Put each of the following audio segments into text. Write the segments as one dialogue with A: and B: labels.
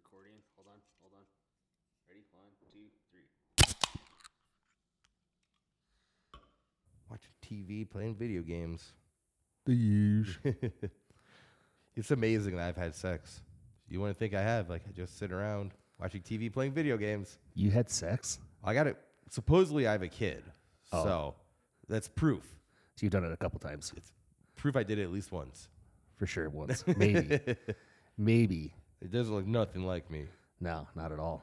A: Hold on, hold on. Ready? One, two, three.
B: Watching TV, playing video games.
C: The huge.
B: It's amazing that I've had sex. You wouldn't think I have. Like I just sit around watching TV, playing video games.
C: You had sex?
B: I got it. Supposedly, I have a kid,
C: Oh.
B: so that's proof.
C: So you've done it a couple times.
B: Proof I did it at least once.
C: For sure, once. Maybe. Maybe.
B: It doesn't look nothing like me,
C: No, not at all.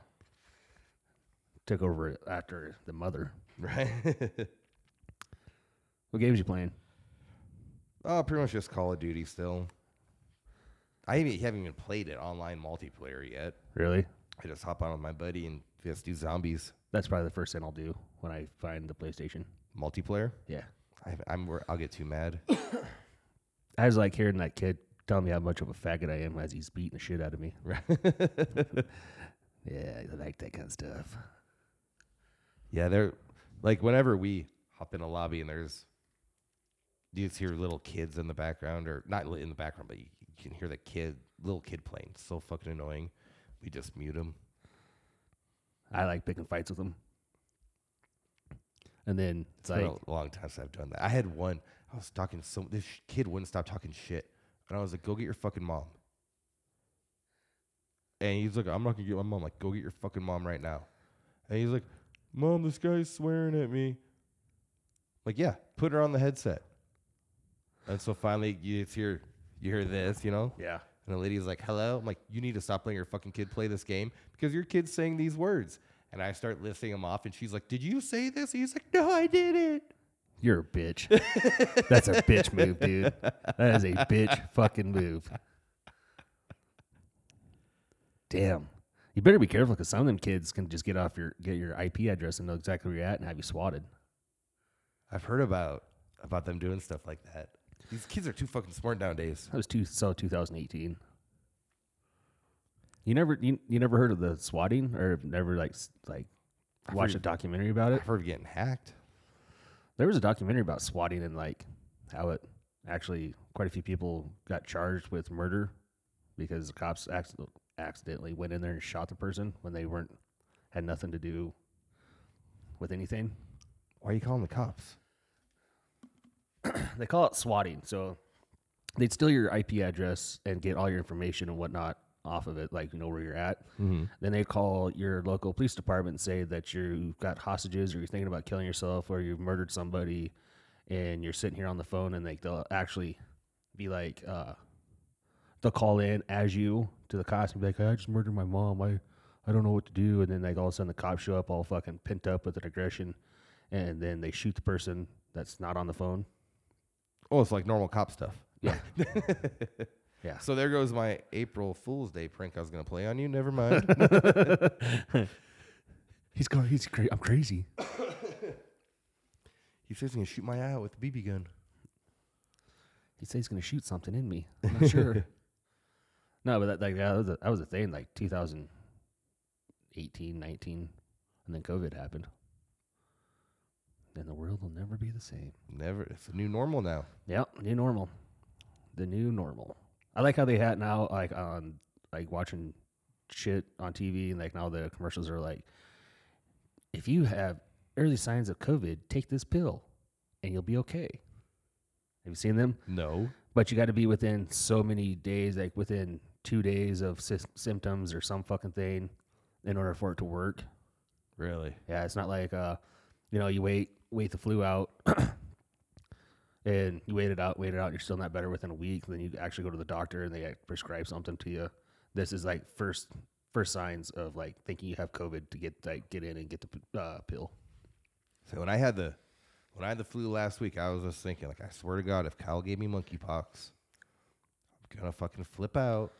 C: Took over after the mother.
B: right?
C: What games you playing?
B: oh, pretty much just Call of Duty still. I haven't, haven't even played it online multiplayer yet.
C: Really?
B: I just hop on with my buddy and just do zombies
C: That's probably the first thing I'll do when I find the PlayStation.
B: multiplayer.
C: Yeah.
B: I, I'm wor- I'll get too mad.
C: I was like hearing that kid tell me how much of a faggot I am as he's beating the shit out of me. yeah, I like that kind of stuff.
B: Yeah, they're like whenever we hop in a lobby and there's you just hear little kids in the background or not li- in the background, but you, you can hear the kid little kid playing. It's so fucking annoying. We just mute them.
C: I like picking fights with them. And then it's like,
B: been a long time since I've done that. I had one. I was talking so this sh- kid wouldn't stop talking shit, and I was like, "Go get your fucking mom." And he's like, "I'm not gonna get my mom." Like, go get your fucking mom right now. And he's like, "Mom, this guy's swearing at me." Like, yeah, put her on the headset. And so finally, you it's here. You hear this, you know?
C: yeah.
B: And the lady's like, hello. I'm like, you need to stop letting your fucking kid play this game because your kid's saying these words. And I start listing them off, and she's like, did you say this? And he's like, no, I didn't.
C: You're a bitch. That's a bitch move, dude. That is a bitch fucking move. Damn. You better be careful because some of them kids can just get off your get your IP address and know exactly where you're at and have you swatted.
B: I've heard about about them doing stuff like that. These kids are too fucking smart nowadays.
C: That was two, so 2018. You never you, you never heard of the swatting or never like s- like watched a documentary about it?
B: I've heard of getting hacked.
C: There was a documentary about swatting and like how it actually quite a few people got charged with murder because the cops acc- accidentally went in there and shot the person when they weren't had nothing to do with anything.
B: Why are you calling the cops?
C: They call it swatting. So they'd steal your IP address and get all your information and whatnot off of it, like you know where you're at. Then they call your local police department and say that you've got hostages or you're thinking about killing yourself or you've murdered somebody and you're sitting here on the phone and like they'll actually be like uh they'll call in as you to the cops and be like, I just murdered my mom. I I don't know what to do and then like all of a sudden the cops show up all fucking pent up with an aggression and then they shoot the person that's not on the phone.
B: Oh, it's like normal cop stuff.
C: Yeah.
B: So there goes my April Fool's Day prank I was gonna play on you. Never mind.
C: He's going. He's cra- I'm crazy.
B: he says he's gonna shoot my eye out with a BB gun.
C: He said he's going to shoot something in me. I'm not sure. no, but that like that was a, that was a thing like 2018, 19, and then COVID happened. Then the world will never be the same.
B: Never. It's a new normal now.
C: Yep, new normal. The new normal. I like how they had now like on like watching shit on TV and like now the commercials are like if you have early signs of COVID, take this pill and you'll be okay. Have you seen them?
B: No.
C: But you got to be within so many days, like within 2 days of sys symptoms or some fucking thing in order for it to work.
B: Really?
C: Yeah, it's not like uh, you know, you wait, wait the flu out, and you wait it out, wait it out. You're still not better within a week. Then you actually go to the doctor and they prescribe something to you. This is like first first signs of like thinking you have COVID to get like get in and get the p- uh, pill.
B: So when I had the when I had the flu last week, I was just thinking, like, I swear to God, if Kyle gave me monkeypox, I'm gonna fucking flip out.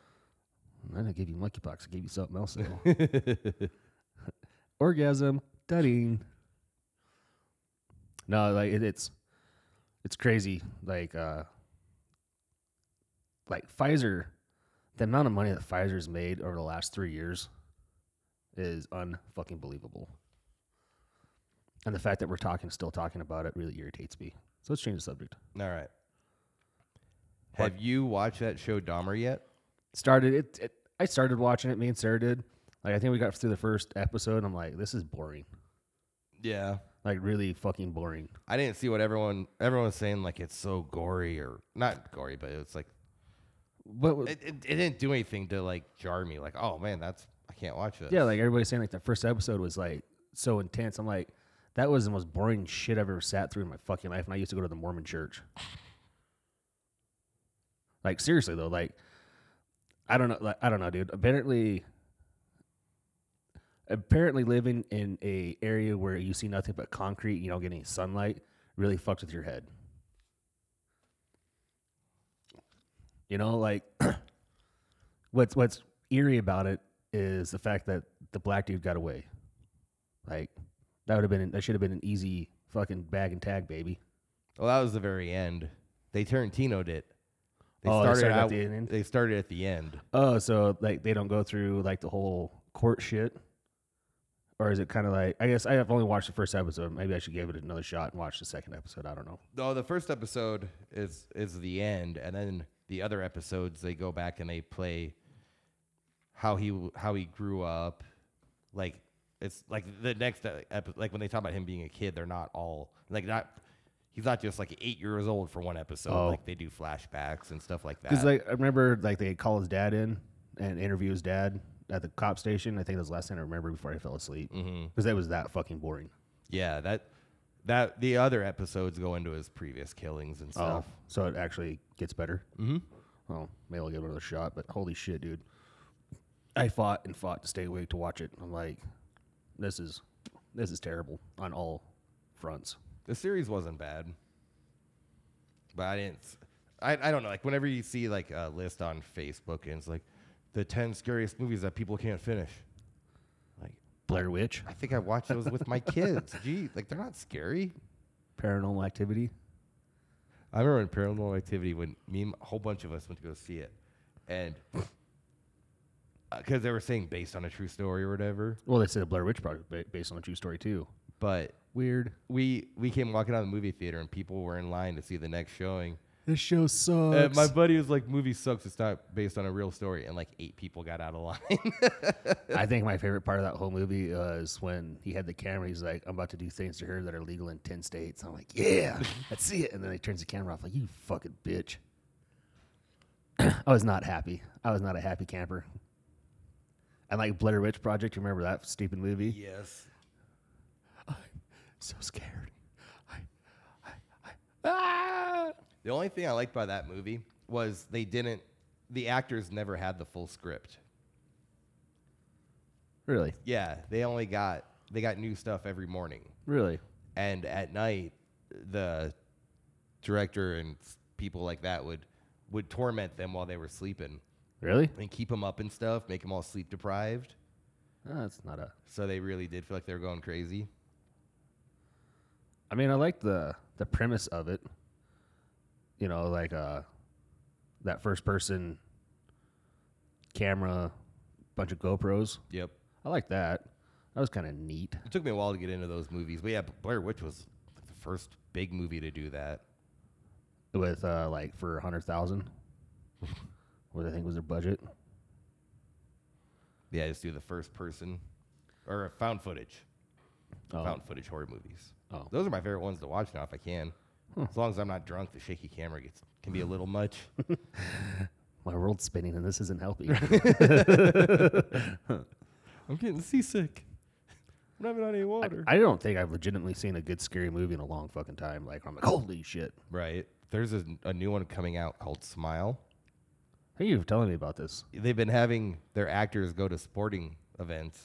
C: And then I give you monkeypox. I gave you something else. though. Orgasm, dudding. No, like it, it's it's crazy. Like uh like Pfizer, the amount of money that Pfizer's made over the last three years is unfucking believable. And the fact that we're talking, still talking about it, really irritates me. So let's change the subject.
B: All right. Have you watched that show Dahmer yet?
C: started it, it I started watching it, me and Sarah did. Like I think we got through the first episode. and I'm like, this is boring.
B: Yeah.
C: Like really fucking boring.
B: I didn't see what everyone everyone was saying like it's so gory or not gory, but it's like
C: But
B: it, it, it didn't do anything to like jar me like, oh man, that's I can't watch this.
C: yeah, like everybody's saying, like the first episode was like so intense. I'm like, that was the most boring shit I've ever sat through in my fucking life. And I used to go to the Mormon church. Like seriously though, like I don't know, like, I don't know, dude. Apparently, apparently living in a area where you see nothing but concrete, you don't get any sunlight, really fucks with your head. You know, like what's what's eerie about it is the fact that the black dude got away. Like that would have been that should have been an easy fucking bag and tag, baby.
B: Well, that was the very end. They Tarantinoed it.
C: Oh, they started at the end?
B: They started at the end.
C: Oh, so like they don't go through like the whole court shit, or is it kind of like I guess I have only watched the first episode. Maybe I should give it another shot and watch the second episode. I don't know.
B: No, the first episode is is the end, and then the other episodes they go back and they play how he w- how he grew up. Like it's like the next episode, like when they talk about him being a kid, they're not all like not. He's not just like eight years old for one episode.
C: Oh.
B: Like they do flashbacks and stuff like that.
C: Because like I remember like they call his dad in and interview his dad at the cop station. I think that was the last thing I remember before I fell asleep. Because that was that fucking boring.
B: yeah, that that the other episodes go into his previous killings and
C: Oh,
B: stuff.
C: so it actually gets better. Mm-hmm. Well, maybe I'll give it another shot. But holy shit, dude! I fought and fought to stay awake to watch it. I'm like, this is this is terrible on all fronts.
B: The series wasn't bad, but I didn't. s- I, I don't know. Like whenever you see like a list on Facebook and it's like the ten scariest movies that people can't finish. Like
C: Blair Witch,
B: I think I watched those with my kids. Gee, like they're not scary.
C: Paranormal Activity.
B: I remember in Paranormal Activity when me and a whole bunch of us went to go see it, and because they were saying based on a true story or whatever,
C: Well, they said a Blair Witch project ba- based on a true story too.
B: but
C: Weird.
B: we we came walking out of the movie theater and people were in line to see the next showing.
C: This show sucks.
B: Uh, my buddy was like, "Movie sucks. It's not based on a real story." And like eight people got out of line.
C: I think my favorite part of that whole movie was when he had the camera. He's like, "I'm about to do things to her that are legal in ten states." I'm like, "Yeah, let's see it." And then he turns the camera off, like, "You fucking bitch." I was not happy. I was not a happy camper. And like Blair Witch Project, you remember that stupid movie?
B: yes.
C: So scared. I, I, I, ah!
B: The only thing I liked about that movie was they didn't. The actors never had the full script.
C: Really,
B: Yeah, they only got they got new stuff every morning,
C: really.
B: and at night the director and s- people like that would would torment them while they were sleeping
C: Really?
B: and keep them up and stuff, make them all sleep deprived.
C: No, Ah, that's not a.
B: So they really did feel like they were going crazy.
C: I mean, I like the the premise of it. You know, like uh, that first person camera, bunch of GoPros.
B: Yep.
C: I like that. That was kind of neat.
B: It took me a while to get into those movies, but yeah, Blair Witch was like the first big movie to do that.
C: With uh, like for a hundred thousand, what I think was their budget.
B: Yeah, just do the first person or found footage,
C: Oh.
B: found footage horror movies.
C: Oh.
B: those are my favorite ones to watch now if I can. As long as I'm not drunk, the shaky camera gets can be a little much.
C: My world's spinning, and this isn't healthy.
B: I'm getting seasick. I'm not having any water.
C: I don't think I've legitimately seen a good scary movie in a long fucking time. Like I'm like, holy shit!
B: right. There's a, a new one coming out called Smile.
C: I think you were telling me about this.
B: They've been having their actors go to sporting events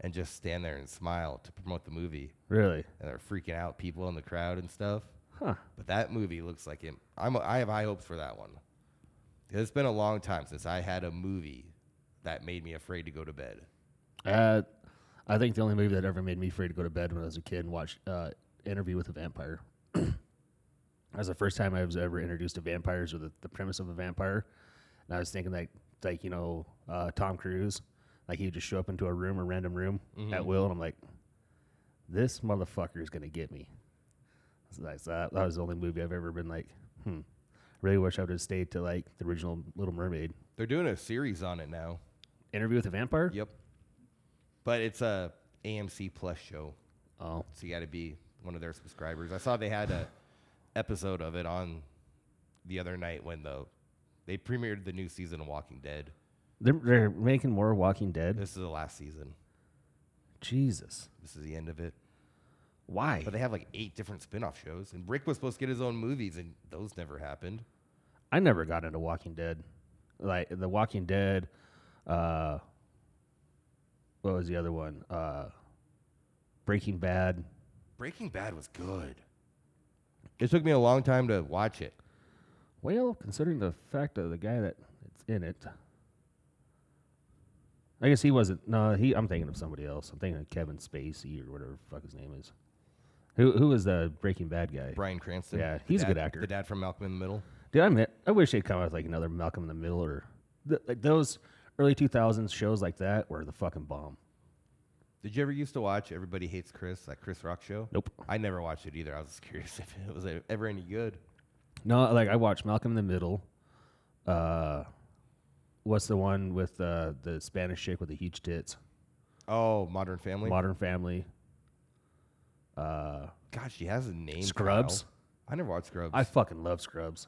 B: and just stand there and smile to promote the movie.
C: Really?
B: and they're freaking out people in the crowd and stuff.
C: Huh.
B: But that movie looks like it. I'm I have high hopes for that one. 'Cause It's been a long time since I had a movie that made me afraid to go to bed.
C: Uh, I think the only movie that ever made me afraid to go to bed when I was a kid and watch uh, Interview with a Vampire. that was the first time I was ever introduced to vampires or the, the premise of a vampire. And I was thinking like like you know uh, Tom Cruise, like he would just show up into a room, a random room at will, and I'm like, this motherfucker is gonna get me. So that's, that, that was the only movie I've ever been like, hmm. Really wish I would have stayed to like the original Little Mermaid.
B: They're doing a series on it now.
C: Interview with a Vampire.
B: Yep. But it's a AMC Plus show,
C: Oh,
B: so you got to be one of their subscribers. I saw they had a episode of it on the other night when the they premiered the new season of Walking Dead.
C: they're, they're making more Walking Dead.
B: This is the last season.
C: Jesus,
B: This is the end of it.
C: why?
B: But they have like eight different spin-off shows, and Rick was supposed to get his own movies, and those never happened.
C: I never got into Walking Dead. Like the Walking Dead, uh, what was the other one? Uh, Breaking Bad.
B: Breaking Bad was good. It took me a long time to watch it.
C: Well, considering the fact of the guy that it's in it, I guess he wasn't. No, he. I'm thinking of somebody else. I'm thinking of Kevin Spacey or whatever the fuck his name is. Who who is the Breaking Bad guy?
B: Brian Cranston.
C: Yeah,
B: the
C: he's a
B: dad-
C: good actor.
B: The dad from Malcolm in the Middle.
C: Dude, I mean, I wish they'd come out with like another Malcolm in the Middle or th- like those early 2000s shows like that were the fucking bomb.
B: Did you ever used to watch Everybody Hates Chris, that Chris Rock show?
C: Nope.
B: I never watched it either. I was just curious if it was ever any good.
C: No, like I watched Malcolm in the Middle. Uh, what's the one with uh, the Spanish chick with the huge tits?
B: Oh, Modern Family.
C: Modern Family. Uh,
B: God, she has a name. Kyle.
C: Scrubs?
B: I never watched Scrubs.
C: I
B: I,
C: fucking love Scrubs.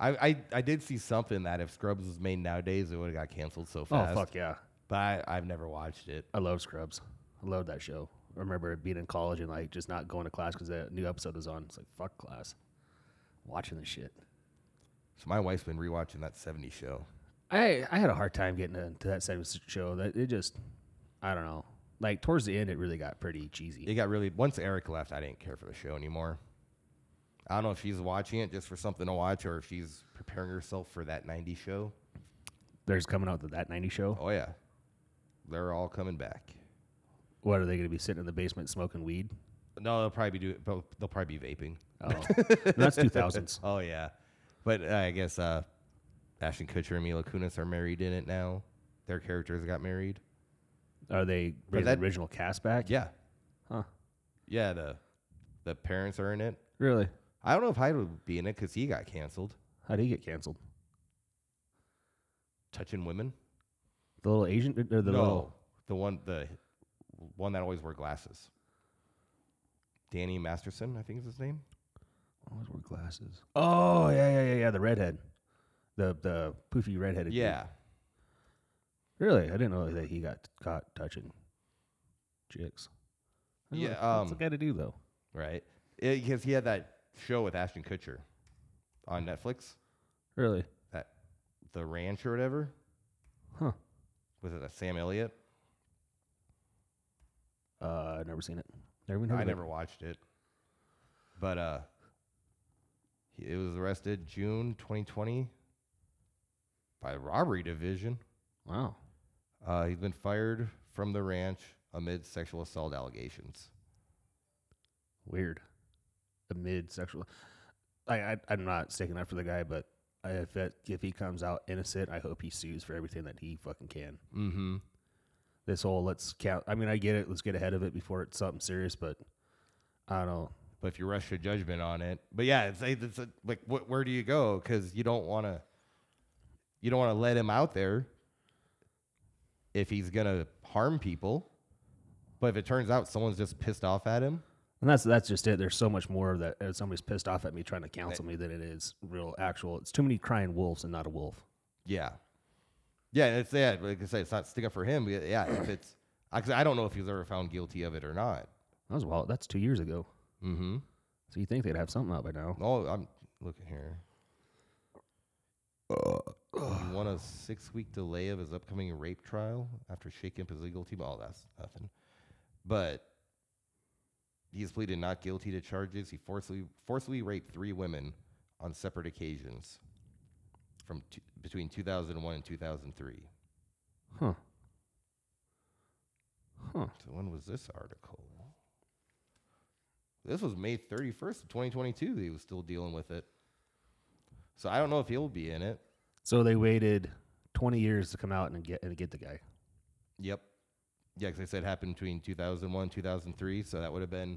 B: I, I, did see something that if Scrubs was made nowadays, it would have got canceled so fast.
C: Oh fuck yeah,
B: But I, I've never watched it.
C: I love Scrubs. I love that show. I remember being in college and like just not going to class because that new episode was on. It's like fuck class, watching this shit.
B: So my wife's been rewatching that 70s show.
C: I I had a hard time getting into that same s- show. That it just, I don't know. Like towards the end, it really got pretty cheesy.
B: It got really once Eric left, I didn't care for the show anymore. I don't know if she's watching it just for something to watch or if she's preparing herself for that 90s show.
C: There's coming out with that '90s show.
B: Oh yeah. They're all coming back.
C: What are they going to be sitting in the basement smoking weed?
B: No, they'll probably do but they'll probably be vaping.
C: Oh, No, that's 2000s.
B: Oh yeah. But uh, I guess uh Ashton Kutcher and Mila Kunis are married in it now. Their characters got married.
C: Are they bringing
B: that-
C: the original cast back?
B: Yeah.
C: Huh.
B: Yeah, the the parents are in it.
C: Really?
B: I don't know if Hyde would be in it cuz he got canceled
C: How would he get canceled?
B: touching women.
C: The little Asian or the
B: no,
C: little
B: the one the one that always wore glasses. Danny Masterson, I think is his name.
C: always wore glasses. Oh yeah yeah yeah yeah the redhead, the the poofy redheaded. dude.
B: Yeah,
C: Really? I didn't know that he got caught touching chicks. I don't know,
B: Yeah,
C: what's
B: um,
C: it got to do though?
B: right. Eh, Because he had that show with Ashton Kutcher on Netflix,
C: Really?
B: that The Ranch or whatever.
C: Huh.
B: Was it a Sam Elliott?
C: Uh, I've never seen it. Never even heard
B: I
C: of
B: never
C: It.
B: watched it, but uh, he, it was arrested June 2020 by robbery division.
C: Wow.
B: Uh, he's been fired from the ranch amid sexual assault allegations.
C: Weird. Amid sexual. I, I I'm not sticking up for the guy, but I, if that, if he comes out innocent, I hope he sues for everything that he fucking can.
B: Mm-hmm.
C: This whole let's count. I mean, I get it. Let's get ahead of it before it's something serious, but I don't. know.
B: But if you rush your judgment on it, but yeah, it's, it's a, like wh- where do you go? Because you don't want to, you don't want to let him out there if he's gonna harm people. But if it turns out someone's just pissed off at him,
C: And that's that's just it. There's so much more that uh, somebody's pissed off at me trying to counsel me than it is real actual. It's too many crying wolves and not a wolf.
B: yeah, yeah, and it's yeah, like I said, it's not sticking up for him. but Yeah, if it's, I, 'cause I don't know if he was ever found guilty of it or not.
C: That was well. That's two years ago.
B: Mm-hmm.
C: So you think they'd have something out by now?
B: No, I'm looking here. He won a six week delay of his upcoming rape trial after shaking up his legal team. Oh, that's nothing. But he's pleaded not guilty to charges. He forcibly, forcibly raped three women on separate occasions from t- between 2001 and 2003.
C: Huh. Huh.
B: So when was this article? This was May 31st of 2022. He was still dealing with it. So I don't know if he'll be in it.
C: So they waited 20 years to come out and get and get the guy.
B: Yep. Yeah, because I said it happened between 2001 2003. So that would have been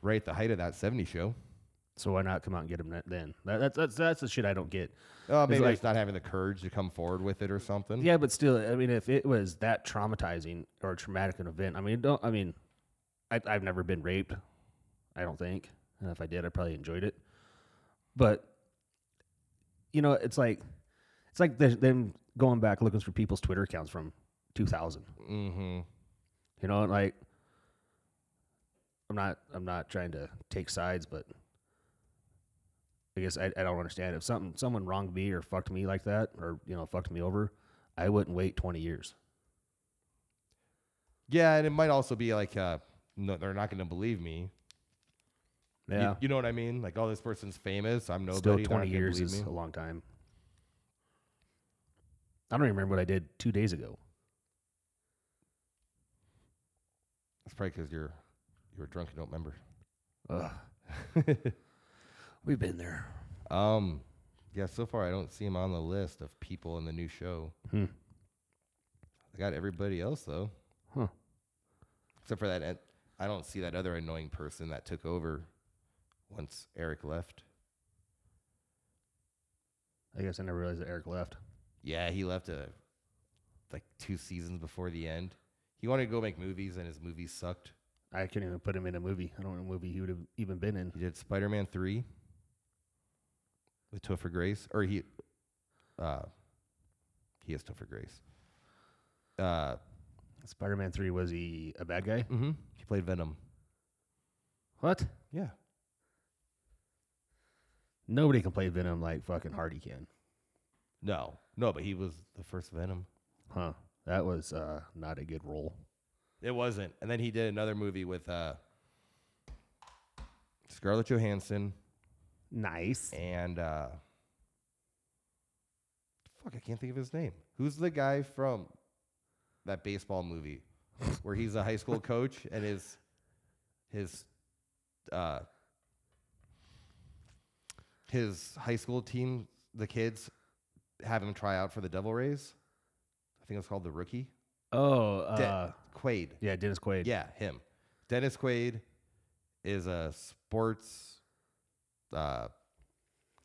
B: right at the height of that 70 show.
C: So why not come out and get them then? That, that's that's that's the shit I don't get.
B: Oh, maybe
C: like-
B: it's not having the courage to come forward with it or something.
C: Yeah, but still, I mean, if it was that traumatizing or traumatic an event, I mean, don't. I mean, I, I've never been raped. I don't think, and if I did, I probably enjoyed it. But you know, it's like it's like the, them going back looking for people's Twitter accounts from 2000.
B: Mm-hmm.
C: You know, and like I'm not I'm not trying to take sides, but I guess I, I don't understand if something someone wronged me or fucked me like that or you know fucked me over, I wouldn't wait 20 years.
B: Yeah, and it might also be like, uh, no, they're not going to believe me. You-
C: Yeah,
B: You, know what I mean? Like, oh, this person's famous. I'm nobody.
C: still
B: they're not
C: 20
B: gonna
C: years
B: believe
C: is
B: me.
C: a long time. I don't even remember what I did two days ago.
B: It's probably because you're you were drunk and don't remember.
C: Ugh. We've been there.
B: Um, yeah. So far, I don't see him on the list of people in the new show.
C: Hmm.
B: I got everybody else though,
C: Huh.
B: except for that. an- I don't see that other annoying person that took over once Eric left.
C: I guess I never realized that Eric left.
B: Yeah, he left uh like two seasons before the end. He wanted to go make movies, and his movies sucked.
C: I couldn't even put him in a movie. I don't know what movie he would have even been in.
B: He did Spider Man three with Topher Grace, or he, uh, he is Topher Grace. Uh,
C: Spider-Man 3 was he a bad guy?
B: mm-hmm. he played Venom.
C: What?
B: Yeah,
C: Nobody can play Venom like fucking Hardy can.
B: no, no, but he was the first Venom.
C: Huh. That was uh, not a good role.
B: It wasn't, and then he did another movie with uh, Scarlett Johansson
C: Nice.
B: and uh, fuck, I can't think of his name. Who's the guy from that baseball movie where he's a high school coach and his his uh, his high school team, the kids have him try out for the Devil Rays. I think it's called the Rookie.
C: Oh,
B: De-
C: uh,
B: Quaid.
C: yeah, Dennis Quaid.
B: Yeah, him. Dennis Quaid is a sports uh,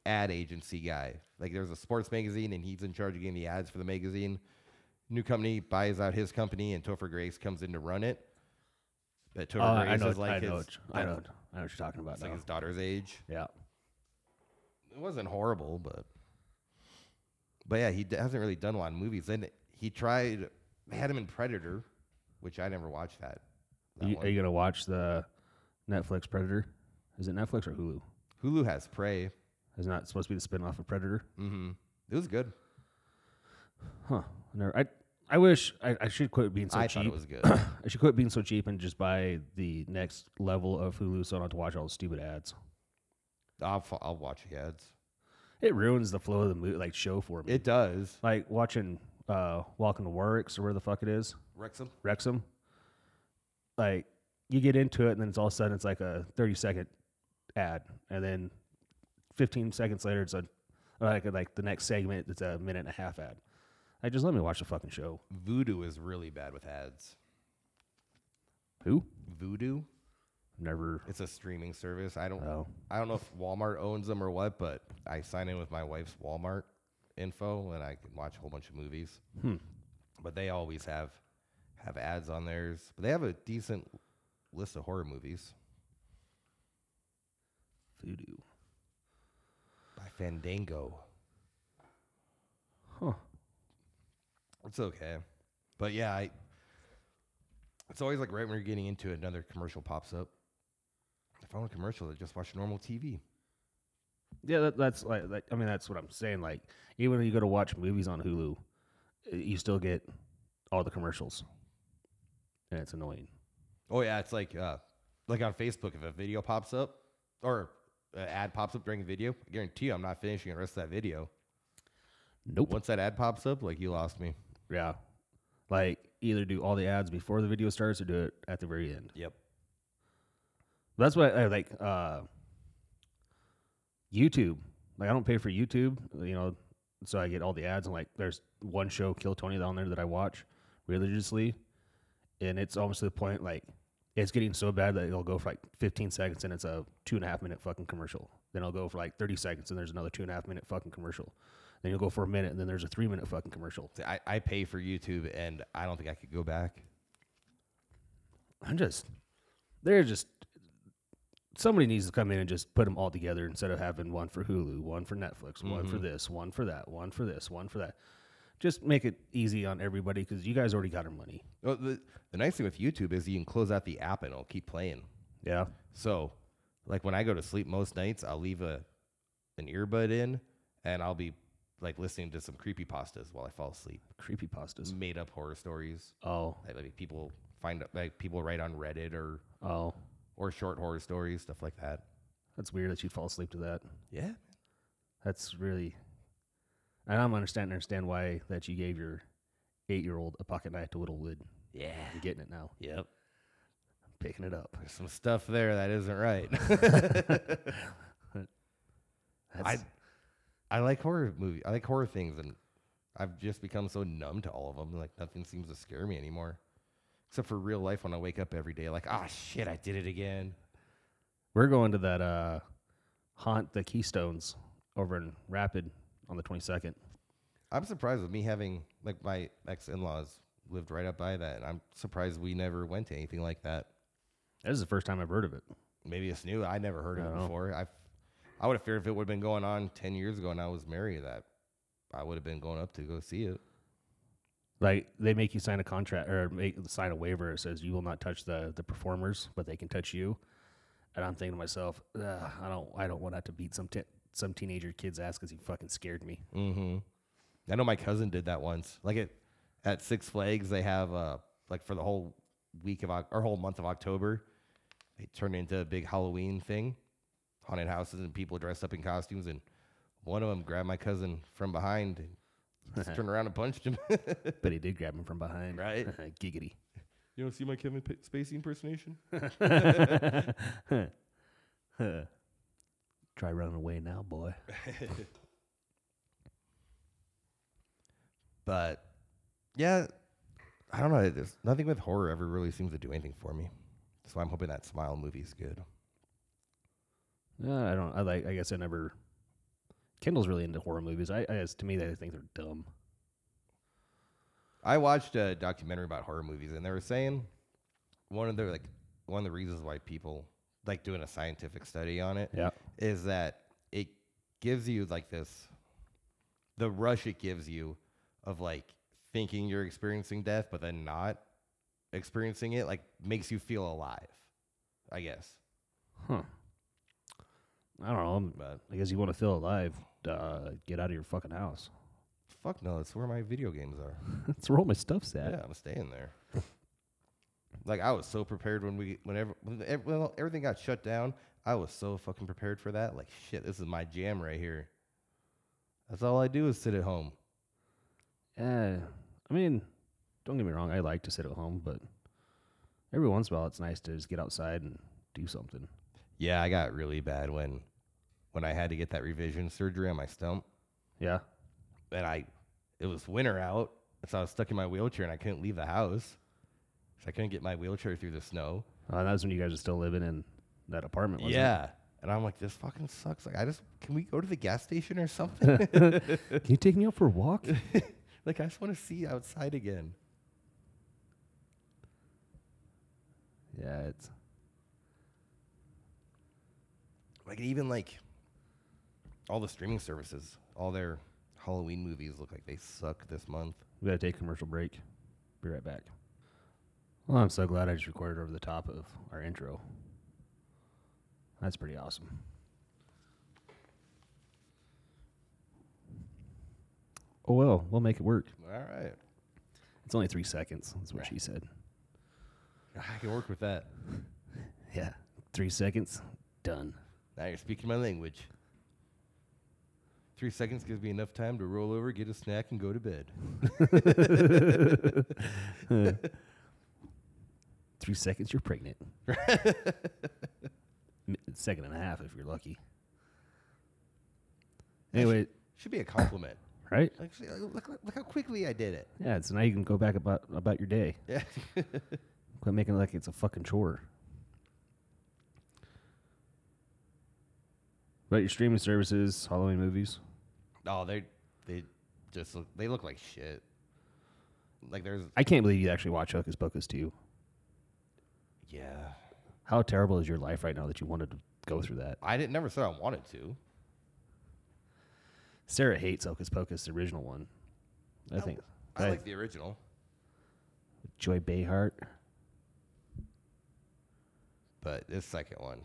B: ad agency guy. Like there's a sports magazine and he's in charge of getting the ads for the magazine. New company buys out his company and Topher Grace comes in to run it. But
C: Oh,
B: Topher Grace
C: I know.
B: is like
C: I,
B: his,
C: know what- I know.
B: that's-
C: what- I know what you're talking about.
B: it's like
C: now.
B: his daughter's age.
C: yeah.
B: It wasn't horrible, but but yeah, he d- hasn't really done a lot of movies. Then he tried they had him in Predator, which I never watched that. that
C: You-
B: one.
C: are you gonna watch the Netflix Predator? Is it Netflix or Hulu?
B: Hulu has Prey.
C: Is not supposed to be the spin-off of Predator?
B: Mm-hmm. It was good.
C: Huh. I Never, I I wish I, I should quit being so
B: I
C: cheap.
B: thought it was good.
C: I should quit being so cheap and just buy the next level of Hulu so I don't have to watch all the stupid ads.
B: I'll, fo- I'll watch the ads.
C: It ruins the flow of the mo- like show for me.
B: It does.
C: like watching uh Walking to Warwick's or where the fuck it is,
B: Wrexham.
C: Wrexham. Like you get into it and then it's all of a sudden it's like a 30 second ad and then 15 seconds later it's a like like the next segment it's a minute and a half ad. Like just let me watch the fucking show.
B: Voodoo is really bad with ads.
C: Who?
B: Voodoo.
C: Never
B: It's a streaming service. I don't.
C: Oh.
B: I don't know if Walmart owns them or what, but I sign in with my wife's Walmart info and I can watch a whole bunch of movies.
C: Hmm.
B: But they always have have ads on theirs. But they have a decent list of horror movies
C: voodoo.
B: by Fandango.
C: Huh.
B: It's okay. But yeah, I it's always like right when you're getting into it, another commercial pops up. If I want a commercial, I just watch normal TV.
C: Yeah, that, that's like, like I mean that's what I'm saying. Like even when you go to watch movies on Hulu, uh, you still get all the commercials, and it's annoying.
B: Oh yeah, it's like uh like on Facebook, if a video pops up or an ad pops up during a video, I guarantee you I'm not finishing the rest of that video.
C: Nope.
B: Once that ad pops up, like you lost me.
C: Yeah. Like either do all the ads before the video starts or do it at the very end.
B: Yep.
C: That's why I like uh YouTube. Like I don't pay for YouTube, you know, so I get all the ads and like there's one show Kill Tony on there that I watch religiously and it's almost to the point like It's getting so bad that it'll go for like 15 seconds and it's a two and a half minute fucking commercial. Then it'll go for like 30 seconds and there's another two and a half minute fucking commercial. Then you'll go for a minute and then there's a three minute fucking commercial.
B: See, I, I pay for YouTube and I don't think I could go back.
C: I'm just, they're just, somebody needs to come in and just put them all together instead of having one for Hulu, one for Netflix, one for this, one for that, one for this, one for that. Just make it easy on everybody because you guys already got our money.
B: Well, Oh, the, the nice thing with YouTube is you can close out the app and it'll keep playing.
C: Yeah.
B: So, like when I go to sleep most nights, I'll leave a an earbud in and I'll be like listening to some creepy pastas while I fall asleep.
C: Creepy pastas.
B: Made up horror stories.
C: Oh,
B: Like, like people find like people write on Reddit or
C: oh,
B: or short horror stories, stuff like that.
C: that's weird that you'd fall asleep to that.
B: Yeah.
C: That's really. I don't understand understand why that you gave your eight year old a pocket knife to whittle wood.
B: Yeah.
C: I'm getting it now.
B: Yep.
C: I'm picking it up.
B: There's some stuff there that isn't right. I
C: That's,
B: I like horror movies. I like horror things, and I've just become so numb to all of them. Like nothing seems to scare me anymore, except for real life when I wake up every day. Like, ah, shit, I did it again.
C: we're going to that uh, haunt the Keystones over in Rapid on the twenty second.
B: I'm surprised with me having like my ex in laws lived right up by that, and I'm surprised we never went to anything like that.
C: That is the first time I've heard of it.
B: Maybe it's new. I never heard of
C: I
B: it
C: know.
B: before. I I would have feared if it would have been going on ten years ago and I was married that I would have been going up to go see it.
C: Like they make you sign a contract or make sign a waiver. It says you will not touch the the performers, but they can touch you. And I'm thinking to myself, "Ugh, I don't, I don't want to have to beat some te- some teenager kid's ass because he fucking scared me.
B: Mm-hmm. I know my cousin did that once. Like at at Six Flags, they have uh like for the whole week of Oc- or whole month of October, they turn it into a big Halloween thing, haunted houses and people dressed up in costumes. And one of them grabbed my cousin from behind and just turned around and punched him.
C: But he did grab him from behind.
B: Right.
C: Giggity.
B: you don't see my Kevin P- Spacey impersonation?
C: Try running away now, boy.
B: But yeah, I don't know. There's nothing with horror ever really seems to do anything for me. That's why I'm hoping that Smile movie is good.
C: No, Uh, I don't. I like. I guess I never. Kendall's really into horror movies. I, I guess to me, they think they're dumb.
B: I watched a documentary about horror movies, and they were saying one of the like one of the reasons why people like doing a scientific study on it is
C: Yeah.
B: that it gives you like this the rush it gives you of like thinking you're experiencing death, but then not experiencing it, like makes you feel alive. I guess,
C: Huh. I don't know. I'm-
B: but
C: I guess you want to feel alive. Uh, get out of your fucking house.
B: fuck no, that's where my video games are.
C: That's where all my stuff's at.
B: Yeah, I'm staying there. like I was so prepared when we whenever when ev- well, everything got shut down. I was so fucking prepared for that. Like shit, this is my jam right here. That's all I do is sit at home.
C: Yeah. Uh, I mean, don't get me wrong. I like to sit at home, but every once in a while, it's nice to just get outside and do something.
B: Yeah, I got really bad when when I had to get that revision surgery on my stump.
C: Yeah.
B: And I it was winter out, so I was stuck in my wheelchair and I couldn't leave the house. So I couldn't get my wheelchair through the snow.
C: Uh, that was when you guys were still living in that apartment. Wasn't
B: yeah. And I'm like, this fucking sucks. Like I just can we go to the gas station or something?
C: It? Can you take me out for a walk?
B: like I just want to see outside again.
C: yeah, it's
B: Like even like all the streaming services, all their Halloween movies look like they suck this month.
C: we gotta take a commercial break. Be right back. Well, I'm so glad I just recorded over the top of our intro. That's pretty awesome. Oh well, we'll make it work.
B: All right,
C: It's only three seconds. That's what she said.
B: I can work with that.
C: Yeah, three seconds. Done.
B: Now you're speaking my language. Three seconds gives me enough time to roll over, get a snack, and go to bed.
C: Three seconds, you're pregnant. M- Second and a half, if you're lucky. Anyway,
B: Should be a compliment.
C: right?
B: like, see, look, look, look how quickly I did it.
C: Yeah, so now you can go back about about your day.
B: Yeah.
C: Quit making it like it's a fucking chore. About your streaming services, Halloween movies.
B: Oh, they they just look, they look like shit. Like there's
C: I can't believe you actually watch Hocus Pocus 2.
B: yeah.
C: How terrible is your life right now that you wanted to go through that?
B: I didn't never said I wanted to.
C: Sarah hates Hocus Pocus, the original one. I think.
B: I
C: I-
B: like the original.
C: Joy Behart.
B: But this second one,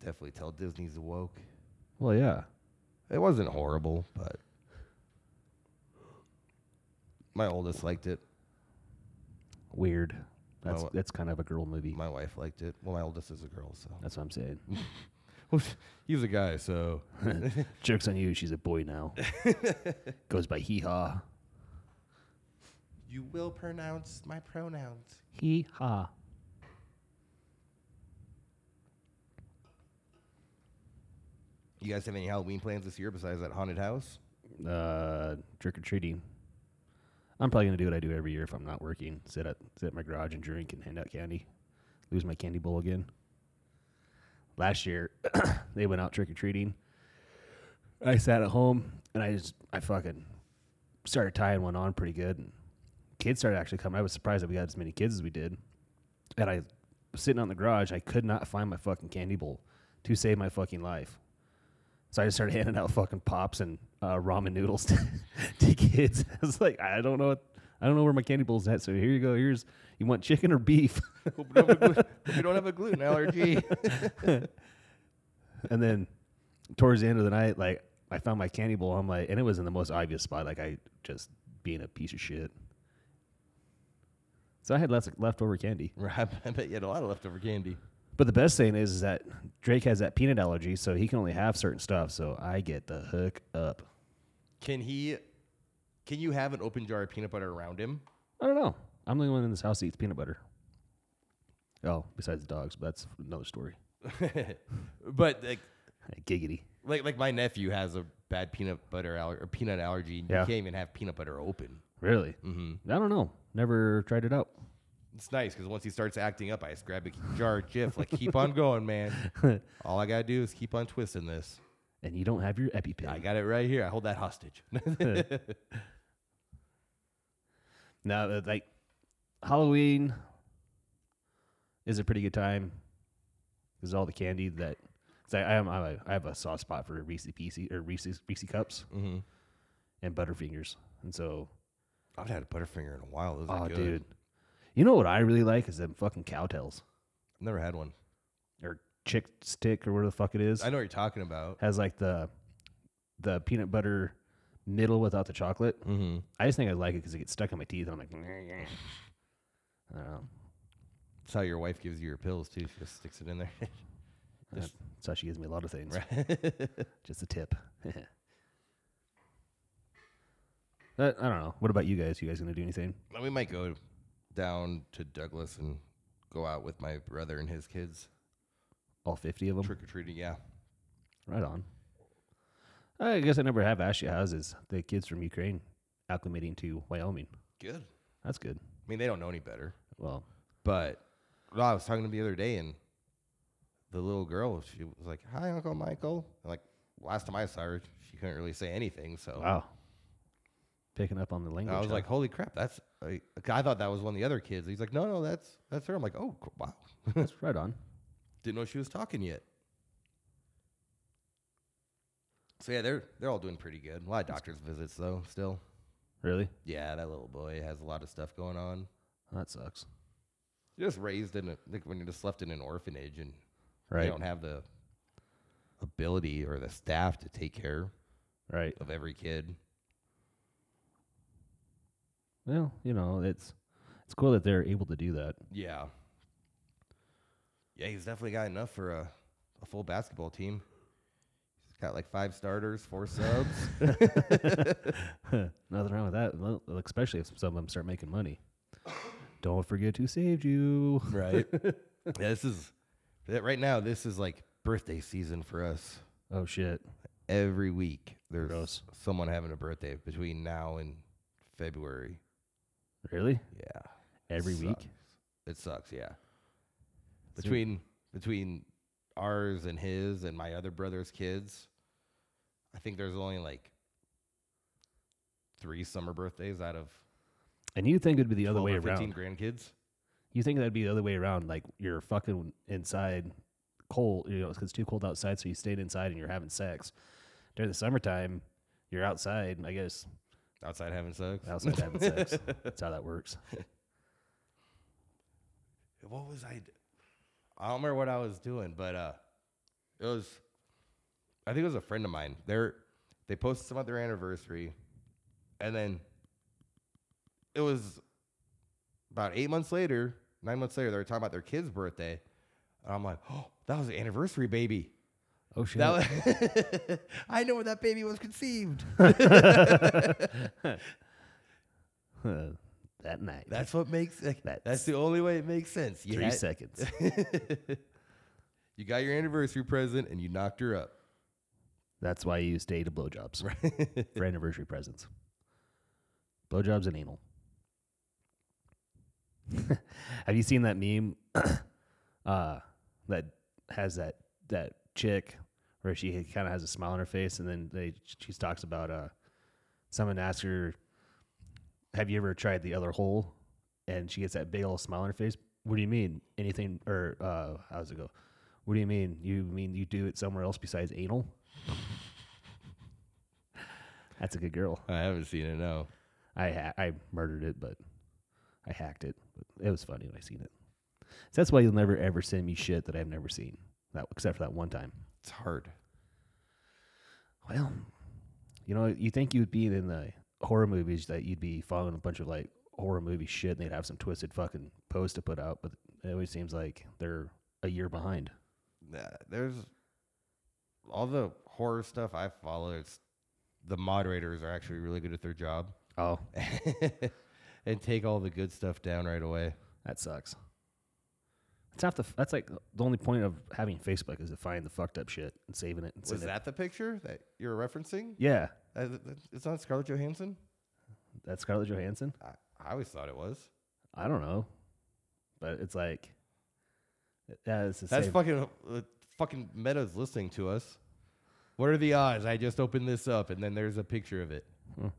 B: definitely tell Disney's awoke.
C: Well, yeah.
B: It wasn't horrible, but my oldest liked it.
C: Weird. That's
B: Well,
C: that's kind of a girl movie.
B: My wife liked it. Well, my oldest is a girl, so
C: That's what I'm saying.
B: he was a guy. So
C: Joke's on you. She's a boy now. Goes by hee haw.
B: you will pronounce my pronouns.
C: Hee haw.
B: You guys have any Halloween plans this year besides that haunted house?
C: Uh, trick or treating. I'm probably gonna do what I do every year if I'm not working. Sit at sit at my garage and drink and hand out candy. Lose my candy bowl again. Last year, they went out trick or treating. I sat at home and I just I fucking started tying one on pretty good. And kids started actually coming. I was surprised that we got as many kids as we did. And I was sitting out in the garage. I could not find my fucking candy bowl to save my fucking life. So I just started handing out fucking pops and uh, ramen noodles to, to kids. I was like, I don't know, what, I don't know where my candy bowl's at. So here you go. Here's you want chicken or beef?
B: Hope you don't have a glu- hope you don't have a gluten allergy.
C: and then towards the end of the night, like I found my candy bowl. I'm like, and it was in the most obvious spot. Like I just being a piece of shit. So I had less leftover candy.
B: Right, I bet you had a lot of leftover candy.
C: But the best thing is, is that Drake has that peanut allergy, so he can only have certain stuff. So I get the hook up.
B: Can he? Can you have an open jar of peanut butter around him?
C: I don't know. I'm the only one in this house that eats peanut butter. Oh, besides the dogs, but that's another story.
B: but like,
C: Giggity.
B: like, like my nephew has a bad peanut butter aller- or peanut allergy. and You
C: Yeah.
B: can't even have peanut butter open.
C: Really? Mm-hmm. I don't know. Never tried it out.
B: It's nice because once he starts acting up, I just grab a jar of Jif. Like, keep on going, man. All I gotta do is keep on twisting this.
C: And you don't have your EpiPen.
B: I got it right here. I hold that hostage.
C: Mm-hmm. No, uh, like Halloween is a pretty good time because all the candy that. 'cause I, I, am, I'm a, I have a soft spot for Reese's Pieces or Reese's Reese cups
B: Mhm.
C: and Butterfingers, and so
B: I've had a Butterfinger in a while. Those are
C: oh,
B: good.
C: dude, you know what I really like is them fucking cowtails
B: I've never had one.
C: or chick stick or whatever the fuck it is.
B: I know what you're talking about.
C: Has like the the peanut butter middle without the chocolate.
B: Mm-hmm.
C: I just think I like it because it gets stuck in my teeth, and I'm like, I don't know.
B: That's how your wife gives you your pills too. She just sticks it in there.
C: That's how she gives me a lot of things. Just a tip. That- I don't know. What about you guys? You guys gonna do anything?
B: Well, we might go down to Douglas and go out with my brother and his kids
C: All fifty of them?
B: trick or treating. Yeah,
C: Right on. I guess I never have asked you how's is the kids from Ukraine acclimating to Wyoming.
B: good. I
C: That's good.
B: mean, they don't know any better.
C: Well,
B: But well, I was talking to them the other day, and the little girl, she was like, "Hi, Uncle Michael." And like last time I saw her, she couldn't really say anything. So
C: wow. Picking up on the
B: And
C: language.
B: Oh. I was
C: huh?
B: like, "Holy crap, that's." I, I thought that was one of the other kids. He's like, "No, no, that's that's her." I'm like, "Oh, cool, wow."
C: that's right on.
B: Didn't know she was talking yet. So yeah, they're they're all doing pretty good. A lot of doctor's visits though, still.
C: Really?
B: Yeah, that little boy has a lot of stuff going on.
C: That sucks.
B: You're just raised in a like when you're just left in an orphanage and
C: Right.
B: you don't have the ability or the staff to take care
C: Right.
B: of every kid.
C: Well, you know, it's it's cool that they're able to do that.
B: Yeah. Yeah, he's definitely got enough for a, a full basketball team. He's got like five starters, four subs.
C: Nothing wrong with that, well, especially if some of them start making money. Don't forget who saved you.
B: Right. yeah, this is that right now. This is like birthday season for us.
C: Oh shit.
B: Every week there's
C: Gross.
B: someone having a birthday between now and February.
C: Really?
B: Yeah.
C: Every
B: Sucks.
C: week?
B: It sucks. Yeah. Between between ours and his and my other brother's kids, I think there's only like three summer birthdays out of
C: And you think it'd be the other
B: 12
C: way
B: or 15
C: around.
B: grandkids.
C: You think that'd be the other way around. Like you're fucking inside cold, you know, 'cause it's too cold outside. So you stayed inside and you're having sex. During the summertime, you're outside, I guess.
B: Outside having sex.
C: Outside having sex. That's how that works.
B: what was I? d- I don't remember what I was doing, but uh, it was. I think it was a friend of mine. They're they posted something about their anniversary, and then it was about eight months later, nine months later, they were talking about their kid's birthday, and I'm like, oh, that was the anniversary baby.
C: Oh shit!
B: That was, I know when that baby was conceived.
C: Huh. that night.
B: That's what makes like, that's,
C: That's
B: the only way it makes sense. You
C: three
B: had-
C: seconds.
B: you got your anniversary present and you knocked her up.
C: That's why you stay to blowjobs
B: Right.
C: for anniversary presents. Blowjobs and anal. Have you seen that meme uh, that has that that chick where she kind of has a smile on her face, and then they she talks about uh, someone asks her, "Have you ever tried the other hole?" And she gets that big old smile on her face. What do you mean? Anything or uh, how does it go? What do you mean? You mean you do it somewhere else besides anal? That's a good girl.
B: I haven't seen it. No.
C: I ha- I murdered it, but I hacked it. But it was funny when I seen it. So that's why you'll never ever send me shit that I've never seen. That except for that one time.
B: It's hard.
C: Well, you know, you think you'd be in the horror movies that you'd be following a bunch of like horror movie shit, and they'd have some twisted fucking post to put out, but it always seems like they're a year behind.
B: Nah, There's all the horror stuff I follow. It's the moderators are actually really good at their job
C: Oh,
B: and take all the good stuff down right away.
C: that sucks. That's half the. f- That's like the only point of having Facebook is to find the fucked up shit and saving it. And
B: Was
C: sending it.
B: that the picture that you're referencing?
C: Yeah,
B: Uh, th- th- It's not Scarlett Johansson.
C: that's Scarlett Johansson.
B: I, I always thought it was.
C: I don't know, but it's like yeah, it's the
B: That's
C: same.
B: fucking uh, fucking Meta's listening to us. What are the odds? I just opened this up and then there's a picture of it.
C: it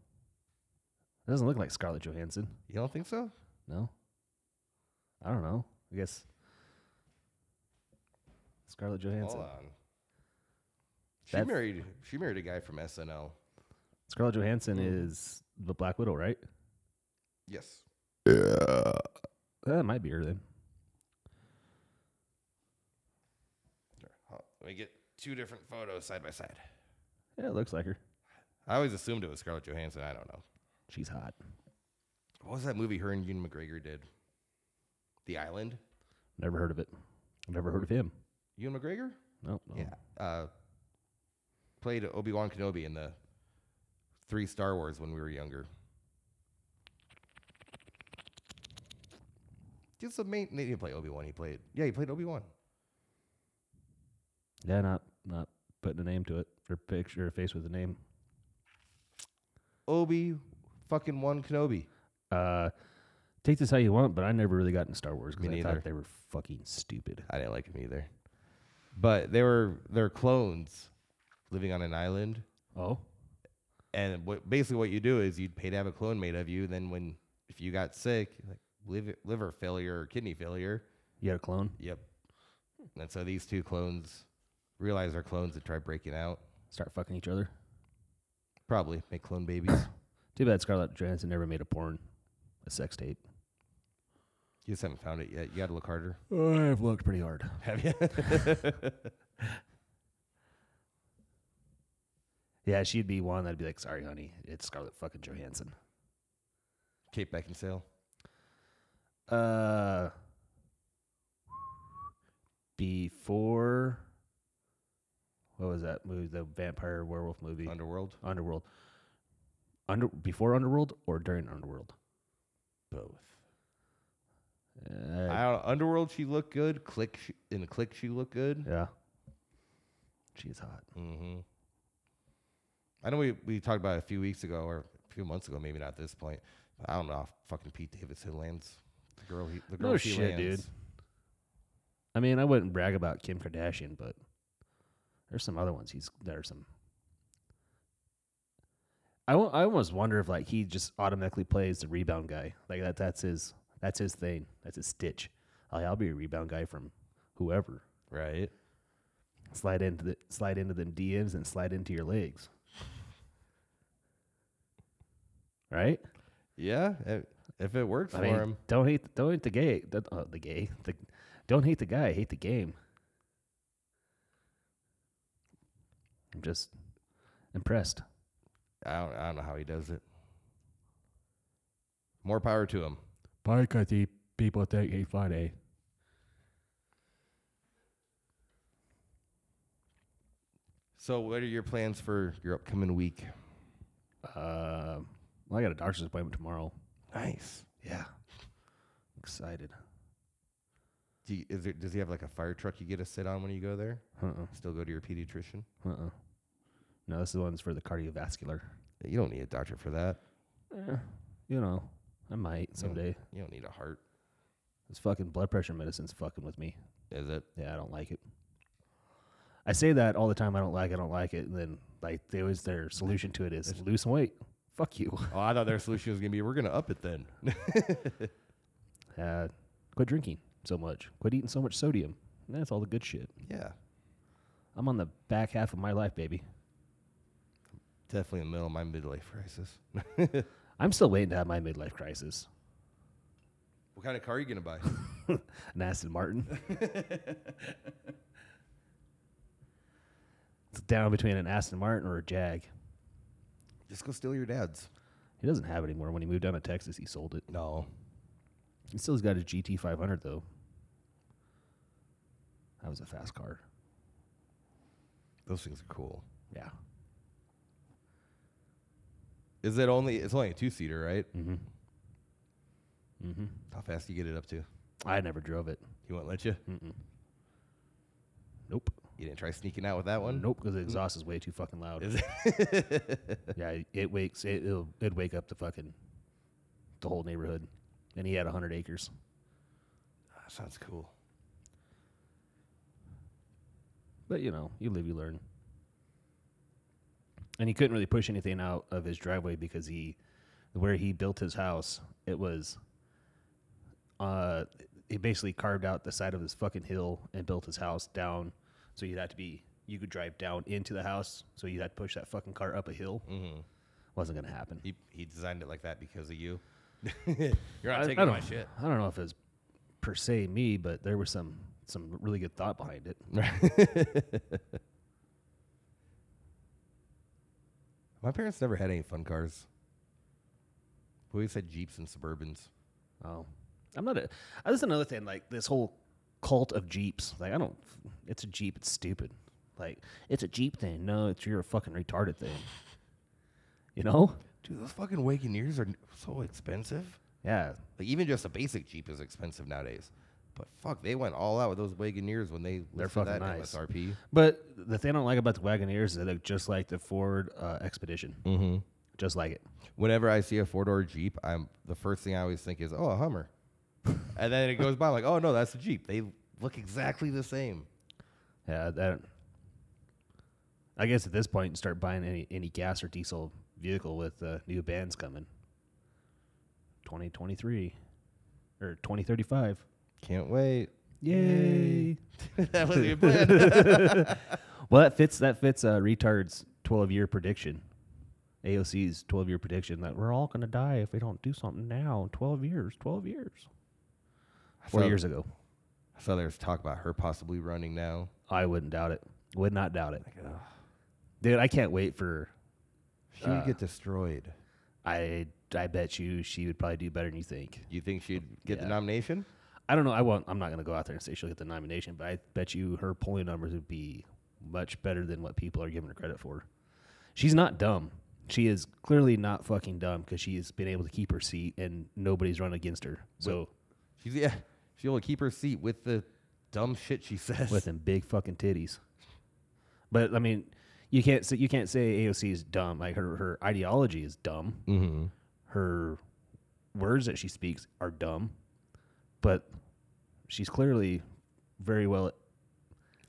C: doesn't look like Scarlett Johansson.
B: You don't think so?
C: No, I don't know. I guess Scarlett Johansson.
B: Hold on. She
C: That's-
B: married. She married a guy from SNL.
C: Scarlett Johansson
B: Mm.
C: is the Black Widow, right?
B: Yes.
C: That might be her then.
B: Here, hold- Let me get two different photos side by side.
C: Yeah, it looks like her.
B: I always assumed it was Scarlett Johansson. I don't know.
C: She's hot.
B: What was that movie her and Ewan McGregor did? The Island.
C: Never heard of it. Never heard of him.
B: Ewan McGregor.
C: No, no.
B: Yeah. Uh, played Obi Wan Kenobi in the three Star Wars when we were younger. Just the main. He didn't play Obi Wan. He played. Yeah, he played Obi Wan.
C: yeah, not not putting a name to it or picture a face with a name.
B: Obi fucking Wan Kenobi.
C: uh, take this how you want, but I never really got into Star Wars because I
B: Me neither.
C: thought they were fucking stupid.
B: I didn't like him either. But they were they're clones living on an island,
C: Oh,
B: and what, basically what you do is you'd pay to have a clone made of you. Then when if you got sick, like liver, liver failure or kidney failure,
C: you got a clone?
B: yep. And so these two clones realize they're clones and try breaking out.
C: Start fucking each other.
B: Probably make clone babies.
C: Too bad Scarlett Johansson never made a porn, a sex tape.
B: you just haven't found it yet. You got to look harder.
C: I've looked pretty hard.
B: Have you?
C: Yeah, she'd be one that'd be like, "Sorry, honey, it's Scarlett fucking Johansson."
B: Kate Beckinsale.
C: Uh, before what was that movie? The vampire werewolf movie,
B: Underworld.
C: Underworld. Under before Underworld or during Underworld?
B: Both.
C: Uh,
B: I don't know. Underworld. She looked good. Click she, in Click. She looked good.
C: Yeah. She's hot.
B: Mm-hmm. I know we, we talked about it a few weeks ago or a few months ago, maybe not at this point. But I don't know, fucking Pete Davidson lands. The girl he, the
C: No
B: girl she
C: shit, dude.
B: lands.
C: I mean, I wouldn't brag about Kim Kardashian, but there's some other ones he's there are some. I wa- I almost wonder if like he just automatically plays the rebound guy. Like that that's his that's his thing. That's his stitch. Like, I'll be a rebound guy from whoever.
B: Right.
C: Slide into the slide into them DMs and slide into your legs. Right?
B: Yeah. If, if it worked
C: I
B: for
C: mean,
B: him,
C: don't hate don't hate the gay the, uh, the gay the, don't hate the guy hate the game. I'm just impressed.
B: I don't, I don't know how he does it. More power to him.
D: Bye, Kathy. People think it's funny.
B: So, what are your plans for your upcoming week?
C: Uh, well, I got a doctor's appointment tomorrow.
B: Nice.
C: Yeah, excited.
B: Do you, is there, does he have like a fire truck you get to sit on when you go there?
C: Uh uh-uh,
B: Still go to your pediatrician?
C: uh. No, this is the one's for the cardiovascular.
B: You don't need a doctor for that.
C: Eh, you know, I might someday.
B: You don't need a heart.
C: This fucking blood pressure medicine's fucking with me.
B: Is it?
C: Yeah, I don't like it. I say that all the time. I don't like. it, I don't like it. And then like they always their solution to it is lose some weight. Fuck you.
B: Oh, I thought their solution was going to be we're going to up it then.
C: Uh, quit drinking so much. Quit eating so much sodium. And that's all the good shit.
B: yeah.
C: I'm on the back half of my life, baby.
B: Definitely in the middle of my midlife crisis.
C: I'm still waiting to have my midlife crisis.
B: what kind of car are you going to buy?
C: An Aston Martin. it's down between an Aston Martin or a Jag.
B: Just go steal your dad's.
C: He doesn't have it anymore. When he moved down to Texas, he sold it.
B: No.
C: He still's got his GT 500 though. That was a fast car.
B: Those things are cool.
C: Yeah.
B: Is it only, it's only a two seater, right?
C: Mm-hmm. Mm-hmm.
B: How fast do you get it up to?
C: I never drove it.
B: He won't let you?
C: Mm-mm. Nope.
B: You didn't try sneaking out with that one? Mm.
C: Nope, because the exhaust is way too fucking loud.
B: Is it?
C: yeah, it wakes it. It'll, it'd wake up the fucking the whole neighborhood. And he had hundred acres.
B: Ah, sounds cool.
C: But you know, you live, you learn. And he couldn't really push anything out of his driveway because he, where he built his house, it was. Uh, he basically carved out the side of his fucking hill and built his house down, so you'd have to be you could drive down into the house, so you'd have to push that fucking car up a hill.
B: Mm-hmm.
C: Wasn't gonna happen.
B: He, he designed it like that because of you. You're not taking
C: don't,
B: my shit.
C: I don't know if it was per se me, but there was some some really good thought behind it.
B: My parents never had any fun cars. We always had Jeeps and Suburbans.
C: Oh, I'm not a. uh, That's another thing. Like this whole cult of jeeps. Like I don't. It's a jeep. It's stupid. Like it's a jeep thing. No, it's you're a fucking retarded thing. You know?
B: Dude, those fucking Wagoneers are n- so expensive.
C: Yeah.
B: Like, even just a basic Jeep is expensive nowadays. But fuck, they went all out with those Wagoneers when they
C: They're
B: listed
C: fucking
B: that
C: nice.
B: MSRP.
C: But the thing I don't like about the Wagoneers is they look just like the Ford uh, Expedition. Mm-hmm. Just like it.
B: Whenever I see a four door Jeep, I'm the first thing I always think is, oh, a Hummer. and then it goes by, I'm like, oh no, that's a Jeep. They look exactly the same.
C: Yeah. That. I guess at this point, start buying any any gas or diesel vehicle with uh, new bans coming. Twenty twenty three, or twenty thirty five.
B: Can't wait.
C: Yay!
B: that wasn't even planned.
C: Well, that fits. That fits. Uh, retard's twelve-year prediction. AOC's twelve-year prediction that we're all gonna die if we don't do something now. Twelve years. Twelve years. Four
B: So-
C: years ago,
B: so there's talk about her possibly running now.
C: I wouldn't doubt it. Would not doubt it. Dude, I can't wait for.
B: She would get destroyed.
C: I I bet you she would probably do better than you think.
B: You think she'd get
C: Yeah.
B: the nomination?
C: I don't know. I won't. I'm not gonna go out there and say she'll get the nomination, but I bet you her polling numbers would be much better than what people are giving her credit for. She's not dumb. She is clearly not fucking dumb because she has been able to keep her seat and nobody's run against her. So
B: She's yeah. She'll keep her seat with the dumb shit she says.
C: with them big fucking titties. But I mean, you can't say, you can't say AOC is dumb. Like her her ideology is dumb.
B: Mm-hmm.
C: Her words that she speaks are dumb. but she's clearly very well.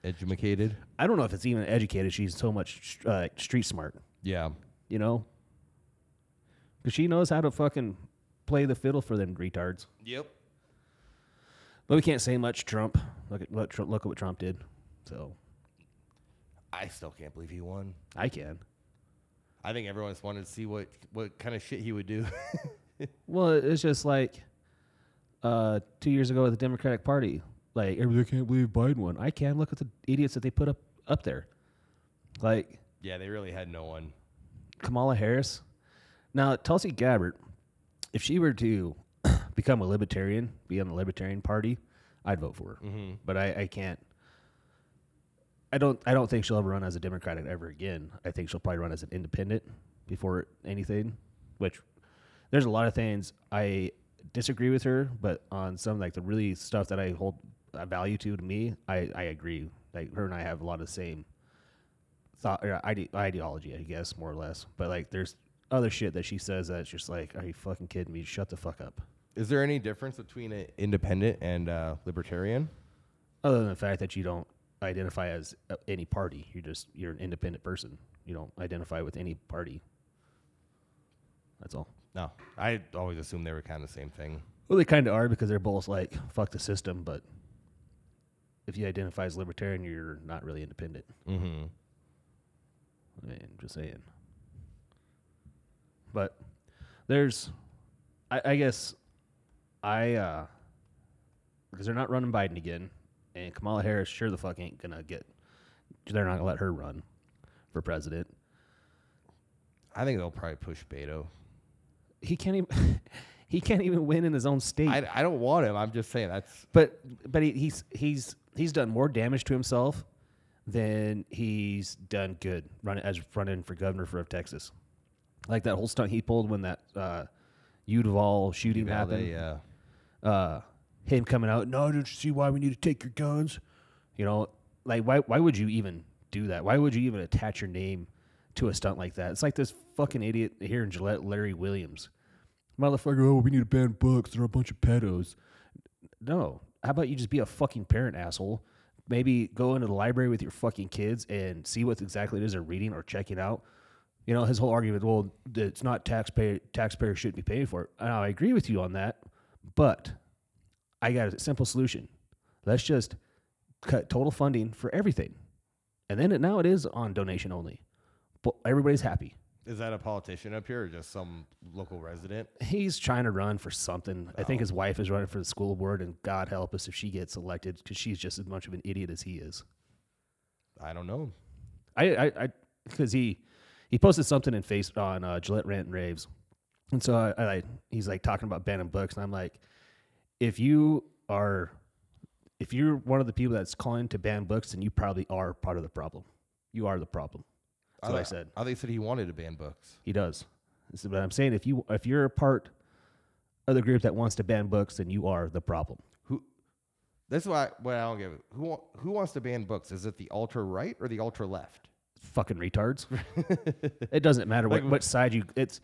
B: Educated.
C: I don't know if it's even educated. She's so much uh, street smart,
B: Yeah.
C: you know, because she knows how to fucking play the fiddle for them retards.
B: Yep.
C: But we can't say much. Trump, look at look, look at what Trump did. So
B: I still can't believe he won.
C: I can.
B: I think everyone just wanted to see what what kind of shit he would do.
C: Well, it's just like uh, two years ago with the Democratic Party. Like everybody can't believe Biden won. I can look at the idiots that they put up up there. Like
B: yeah, they really had no one.
C: Kamala Harris. Now Tulsi Gabbard, if she were to become a libertarian, be on the Libertarian Party, I'd vote for her. But I, I can't. I don't. I don't think she'll ever run as a Democrat ever again. I think she'll probably run as an independent before anything. Which there's a lot of things I disagree with her, but on some like the really stuff that I hold uh, value to to me, I I agree. Like her and I have a lot of the same thought or ide- ideology, I guess, more or less. But like, there's other shit that she says that's just like, are you fucking kidding me? Shut the fuck up.
B: Is there any difference between an independent and uh, libertarian?
C: Other than the fact that you don't identify as uh, any party, you're just you're an independent person. You don't identify with any party. That's all.
B: No, I always assumed they were kind of the same thing.
C: Well, they kind of are because they're both like fuck the system, but if you identify as libertarian, you're not really independent.
B: Mm-hmm.
C: I mean, Eh, just saying. But there's, I, I guess, I uh, because they're not running Biden again, and Kamala Harris sure the fuck ain't gonna get. They're not gonna let her run for president.
B: I think they'll probably push Beto.
C: He can't even. he can't even win in his own state.
B: I, I don't want him. I'm just saying that's
C: but but he, he's he's he's done more damage to himself than he's done good running as running for governor for of Texas. Like that whole stunt he pulled when that uh, Udoval shooting
B: how
C: happened.
B: they. Uh,
C: Uh, him coming out, no, don't you see why we need to take your guns? You know, like why why would you even do that? Why would you even attach your name to a stunt like that? It's like this fucking idiot here in Gillette, Larry Williams. Motherfucker,
D: Like, oh, we need to ban books. They're a bunch of pedos.
C: No. How about you just be a fucking parent asshole? Maybe go into the library with your fucking kids and see what exactly it is they're reading or checking out. You know, his whole argument, well, th- it's not taxpayer taxpayers shouldn't be paying for it. And I agree with you on that, but I got a simple solution. Let's just cut total funding for everything. And then it, now it is on donation only. But everybody's happy.
B: is that a politician up here or just some local resident?
C: he's trying to run for something. I think his wife is running for the school board, and God help us if she gets elected because she's just as much of an idiot as he is.
B: I don't know.
C: I, I, I, because he, he posted something in face on uh, Gillette Rant and Raves, and so I, I, he's like talking about banning books, and I'm like, if you are, if you're one of the people that's calling to ban books, then you probably are part of the problem. You are the problem. That's
B: thought-
C: what I said.
B: I thought he said he wanted to ban books.
C: He does. This is what I'm saying. If you if you're a part of the group that wants to ban books, then you are the problem.
B: Who? That's why. What I don't get. Who? wa- Who wants to ban books? Is it the ultra right or the ultra left?
C: Fucking retards. it doesn't matter what, what side you it's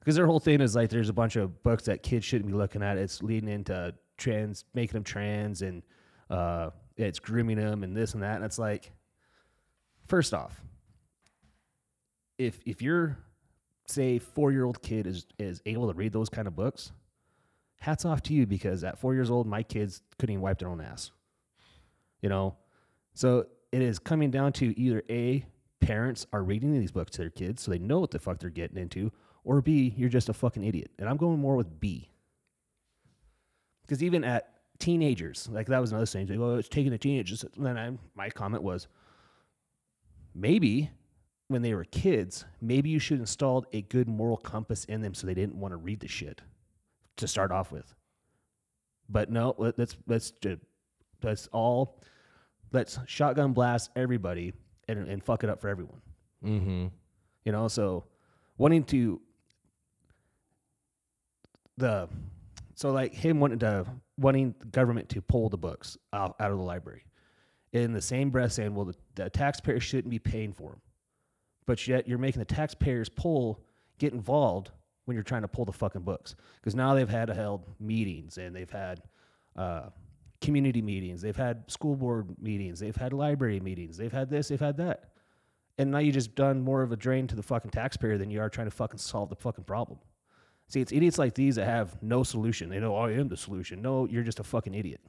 C: because their whole thing is like there's a bunch of books that kids shouldn't be looking at. It's leading into trans, making them trans, and uh, it's grooming them and this and that. And it's like, first off, if if your say four year old kid is is able to read those kind of books, hats off to you because at four years old, my kids couldn't even wipe their own ass. You know, so it is coming down to either a parents are reading these books to their kids so they know what the fuck they're getting into, or b you're just a fucking idiot. And I'm going more with b because even at teenagers, like that was another thing. Like, oh, it's taking the teenagers. And then I, my comment was, maybe when they were kids, maybe you should install a good moral compass in them so they didn't want to read the shit to start off with. But no, let- let's let's ju- let's all let's shotgun blast everybody and, and fuck it up for everyone.
B: Mm-hmm.
C: You know, so wanting to the so like him wanting to wanting the government to pull the books out, out of the library. In the same breath, saying, "Well, the, the taxpayers shouldn't be paying for them," but yet you're making the taxpayers pull get involved when you're trying to pull the fucking books because now they've had held meetings and they've had uh, community meetings, they've had school board meetings, they've had library meetings, they've had this, they've had that. And now you just done more of a drain to the fucking taxpayer than you are trying to fucking solve the fucking problem. See, it's idiots like these that have no solution. They know "Oh, I am the solution. No, you're just a fucking idiot.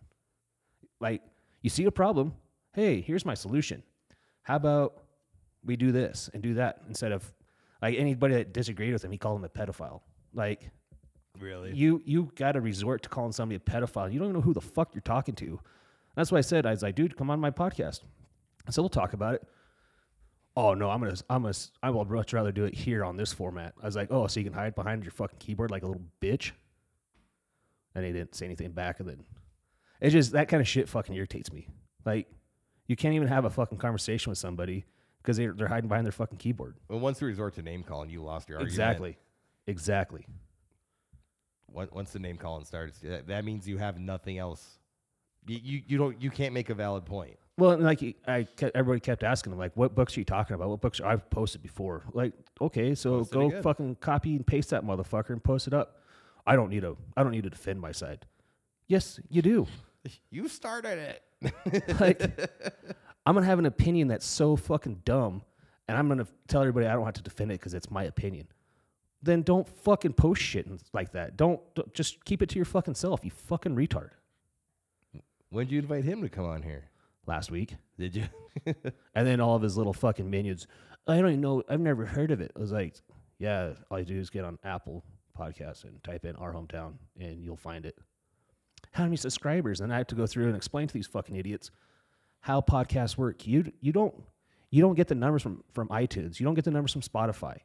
C: Like, you see a problem. Hey, here's my solution. How about we do this and do that instead of like anybody that disagreed with him, he called him a pedophile. Like,
B: Really?
C: you you got to resort to calling somebody a pedophile. You don't even know who the fuck you're talking to. That's why I said I was like, dude, come on my podcast. I said we'll talk about it. Oh no, I'm gonna I'm gonna I would much rather do it here on this format. I was like, oh, so you can hide behind your fucking keyboard like a little bitch. And he didn't say anything back. And then it's just that kind of shit fucking irritates me. Like you can't even have a fucking conversation with somebody because they're they're hiding behind their fucking keyboard.
B: Well, once you resort to name calling, you lost your argument.
C: Exactly. Exactly.
B: Once- Once the name calling starts, uh, that, that means you have nothing else. You, you you don't you can't make a valid point.
C: Well, and like he- I, kept, everybody kept asking him, like, what books are you talking about? What books are, I've posted before? Like, okay, so
B: Posted
C: go
B: again.
C: fucking copy and paste that motherfucker and post it up. I don't need a, I don't need to defend my side. Yes, you do.
B: You started it.
C: Like, I'm gonna have an opinion that's so fucking dumb, and I'm gonna tell everybody I don't have to defend it because it's my opinion. Then don't fucking post shit and- like that. Don't, don't just keep it to your fucking self. You fucking retard.
B: When'd you invite him to come on here?
C: Last week.
B: Did you?
C: And then all of his little fucking minions. I don't even know. I've never heard of it. I was like, yeah, all you do is get on Apple Podcasts and type in our hometown and you'll find it. How many subscribers? And I have to go through and explain to these fucking idiots how podcasts work. You you don't you don't get the numbers from from iTunes. You don't get the numbers from Spotify.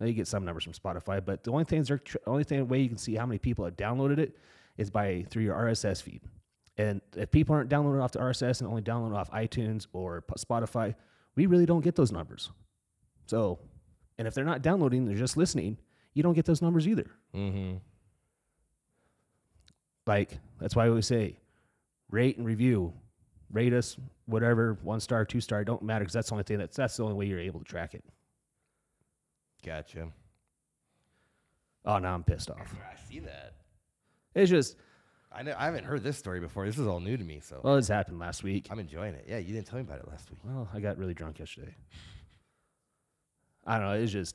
C: Now you get some numbers from Spotify, but the only things they're tr- only thing way you can see how many people have downloaded it is by through your RSS feed. And if people aren't downloading off the RSS and only downloading off iTunes or P- Spotify, we really don't get those numbers. So, and if they're not downloading, they're just listening. You don't get those numbers either.
B: mm-hmm.
C: Like that's why I always say, rate and review, rate us whatever one star, two star, don't matter because that's the only thing that's that's the only way you're able to track it.
B: Gotcha.
C: Oh, now I'm pissed off.
B: I see that.
C: It's just
B: I know, I haven't heard this story before. This is all new to me, so
C: well, this happened last week.
B: I'm enjoying it. Yeah, you didn't tell me about it last week.
C: Well, I got really drunk yesterday. I don't know. It's just,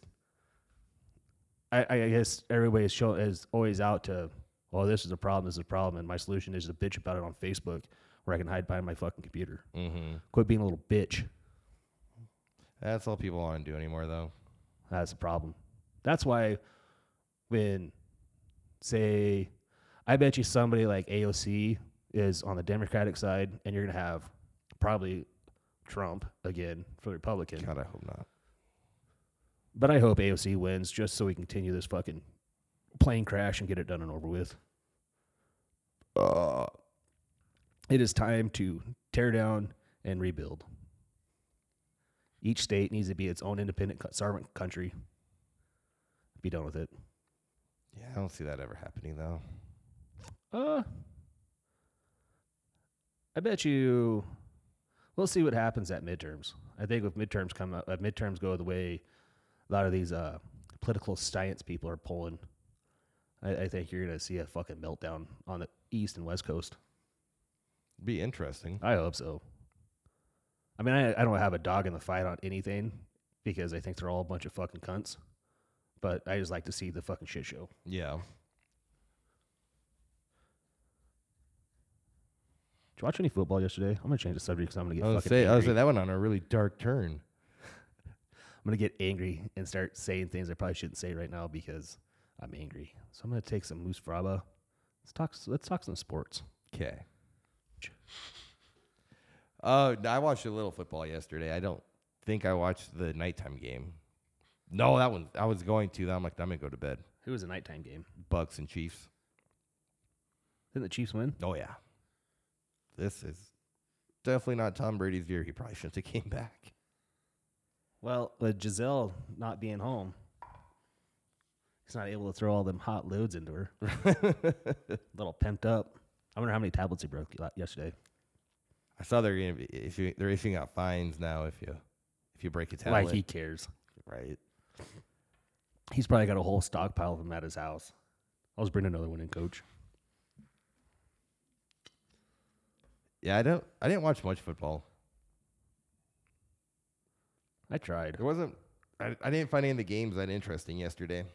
C: I, I guess everybody is, show, is always out to, oh, this is a problem. This is a problem. And my solution is to bitch about it on Facebook where I can hide behind my fucking computer.
B: Mm-hmm.
C: Quit being a little bitch.
B: That's all people want to do anymore, though.
C: That's the problem. That's why when, say, I bet you somebody like AOC is on the Democratic side and you're going to have probably Trump again for the Republican.
B: God, I hope not.
C: But I hope AOC wins just so we continue this fucking plane crash and get it done and over with.
B: Uh,
C: It is time to tear down and rebuild. Each state needs to be its own independent co- sovereign country. Be done with it.
B: yeah, I don't see that ever happening, though.
C: Uh, I bet you. We'll see what happens at midterms. I think if midterms come up, if midterms go the way a lot of these uh, political science people are pulling, I, I think you're gonna see a fucking meltdown on the east and west coast.
B: Be interesting.
C: I hope so. I mean, I, I don't have a dog in the fight on anything because I think they're all a bunch of fucking cunts. But I just like to see the fucking shit show.
B: Yeah.
C: Did you watch any football yesterday? I'm gonna change the subject because I'm gonna get
B: I was
C: fucking
B: say, I
C: angry.
B: was say that went on a really dark turn.
C: I'm gonna get angry and start saying things I probably shouldn't say right now because I'm angry. So I'm gonna take some moose fraba. Let's talk. Let's talk some sports.
B: Okay. Uh, I watched a little football yesterday. I don't think I watched the nighttime game. No, that one I was going to. That I'm like, I'm gonna go to bed.
C: It was a nighttime game.
B: Bucks and Chiefs.
C: Didn't the Chiefs win?
B: Oh yeah. This is definitely not Tom Brady's year. He probably shouldn't have came back.
C: Well, with Giselle not being home, he's not able to throw all them hot loads into her. little pimped up. I wonder how many tablets he broke y- yesterday.
B: I saw they're gonna be issue, they're issuing out fines now if you if you break a tablet.
C: Like he cares.
B: right.
C: He's probably got a whole stockpile of them at his house. I'll just bring another one in, coach.
B: Yeah, I don't. I didn't watch much football.
C: I tried.
B: There wasn't. I, I didn't find any of the games that interesting yesterday.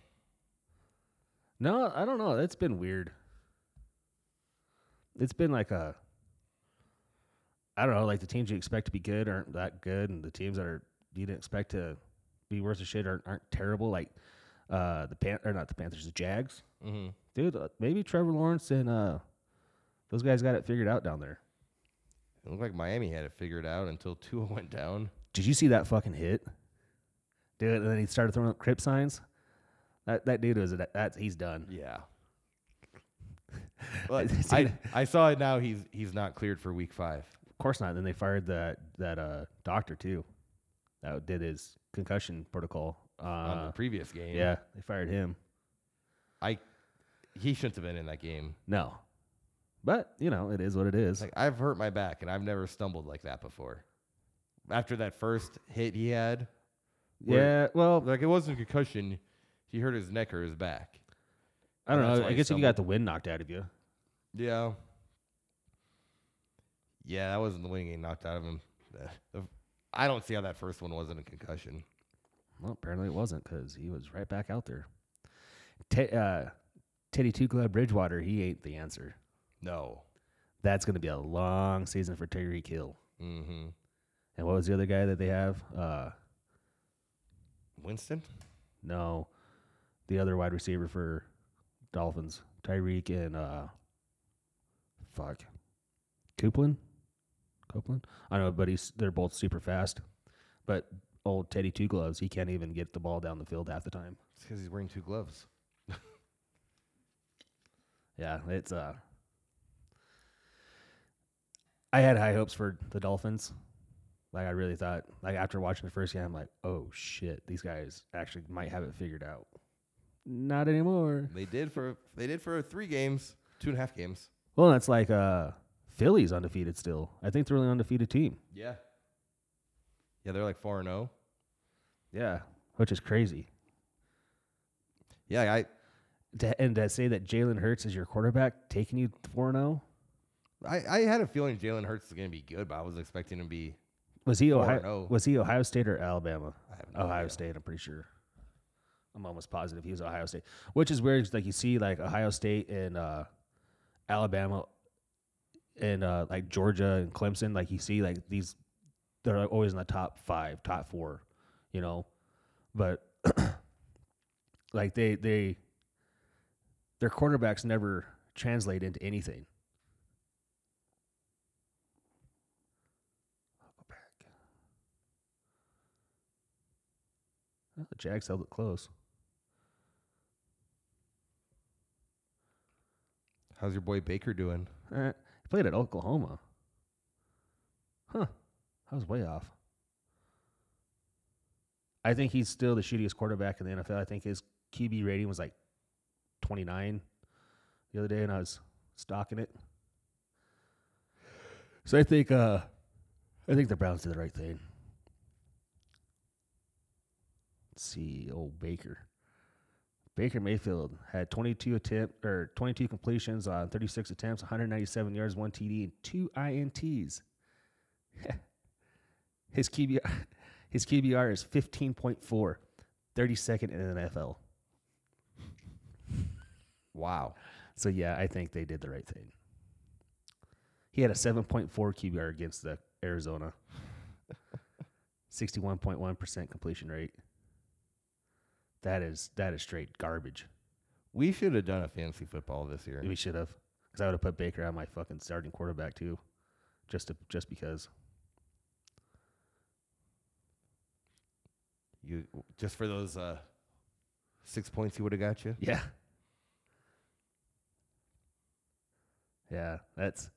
C: No, I don't know. That's been weird. It's been like a I don't know, like the teams you expect to be good aren't that good and the teams that are you didn't expect to be worth a shit aren't, aren't terrible like uh the Pan or not the Panthers, the Jags.
B: Mm-hmm.
C: Dude, uh, maybe Trevor Lawrence and uh those guys got it figured out down there.
B: It looked like Miami had it figured out until Tua went down.
C: Did you see that fucking hit? Dude, and then he started throwing up crip signs. That that dude was that, that's he's done.
B: Yeah. Well,
C: It's
B: I,
C: in-
B: I saw it now. He's he's not cleared for week five.
C: Of course not. Then they fired that that uh, doctor too, that did his concussion protocol.
B: on
C: Uh,
B: the previous game.
C: yeah, they fired him.
B: I he shouldn't have been in that game.
C: No, but you know it is what it is.
B: Like I've hurt my back and I've never stumbled like that before. After that first hit he had, where-
C: yeah, well,
B: like it wasn't a concussion. He hurt his neck or his back.
C: I don't
B: that's
C: know.
B: why
C: I
B: he
C: guess if you
B: stumbled.
C: got the wind knocked out of you,
B: Yeah. Yeah, that wasn't the wing he knocked out of him. The- the- I don't see how that first one wasn't a concussion.
C: well, apparently it wasn't because he was right back out there. T- uh, Teddy Two Glove Bridgewater, he ain't the answer.
B: No.
C: That's going to be a long season for Tyreek Hill.
B: Mm-hmm.
C: And what was the other guy that they have? Uh,
B: Winston?
C: No, the other wide receiver for Dolphins, Tyreek and uh, fuck, Copeland, Copeland. I don't know, but he's they're both super fast. But old Teddy Two Gloves, he can't even get the ball down the field half the time.
B: It's because he's wearing two gloves.
C: Yeah, it's uh, I had high hopes for the Dolphins. Like I really thought, like after watching the first game, I'm like, oh shit, these guys actually might have it figured out. Not anymore.
B: They did for they did for three games, two and a half games.
C: Well, that's like uh Philly's undefeated still. I think they're an undefeated team.
B: Yeah. Yeah, they're like four and oh. zero.
C: Yeah, which is crazy.
B: Yeah, I
C: To, and to say that Jalen Hurts is your quarterback, taking you four oh? zero.
B: I, I had a feeling Jalen Hurts is going to be good, but I was expecting him to be.
C: Was he Ohio?
B: 4-0.
C: Was he Ohio State or Alabama?
B: Oh, I have no
C: Ohio
B: idea.
C: State. I'm pretty sure. I'm almost positive he was Ohio State, which is weird. 'cause, Like you see, like Ohio State and uh, Alabama, and uh, like Georgia and Clemson. Like you see, like these, they're like, always in the top five, top four, you know. But like they they their quarterbacks never translate into anything. Go back. Well, the Jags held it close.
B: How's your boy Baker doing?
C: Eh, he played at Oklahoma. Huh. I was way off. I think he's still the shittiest quarterback in the NFL. I think his QB rating was like 29 the other day, and I was stalking it. So I think uh, I think the Browns did the right thing. Let's see, old Baker. Baker Mayfield had 22 attempt or 22 completions on 36 attempts, 197 yards, one TD, and two INTs. his QBR, his QBR is 15.4, 32nd in the NFL.
B: Wow.
C: So yeah, I think they did the right thing. He had a 7.4 QBR against the Arizona. 61.1% completion rate. That is that is straight garbage.
B: We should have done a fantasy football this year.
C: We should have, because I would have put Baker on my fucking starting quarterback too, just to, just because.
B: You just for those uh, six points, he would have got you.
C: Yeah. Yeah, that's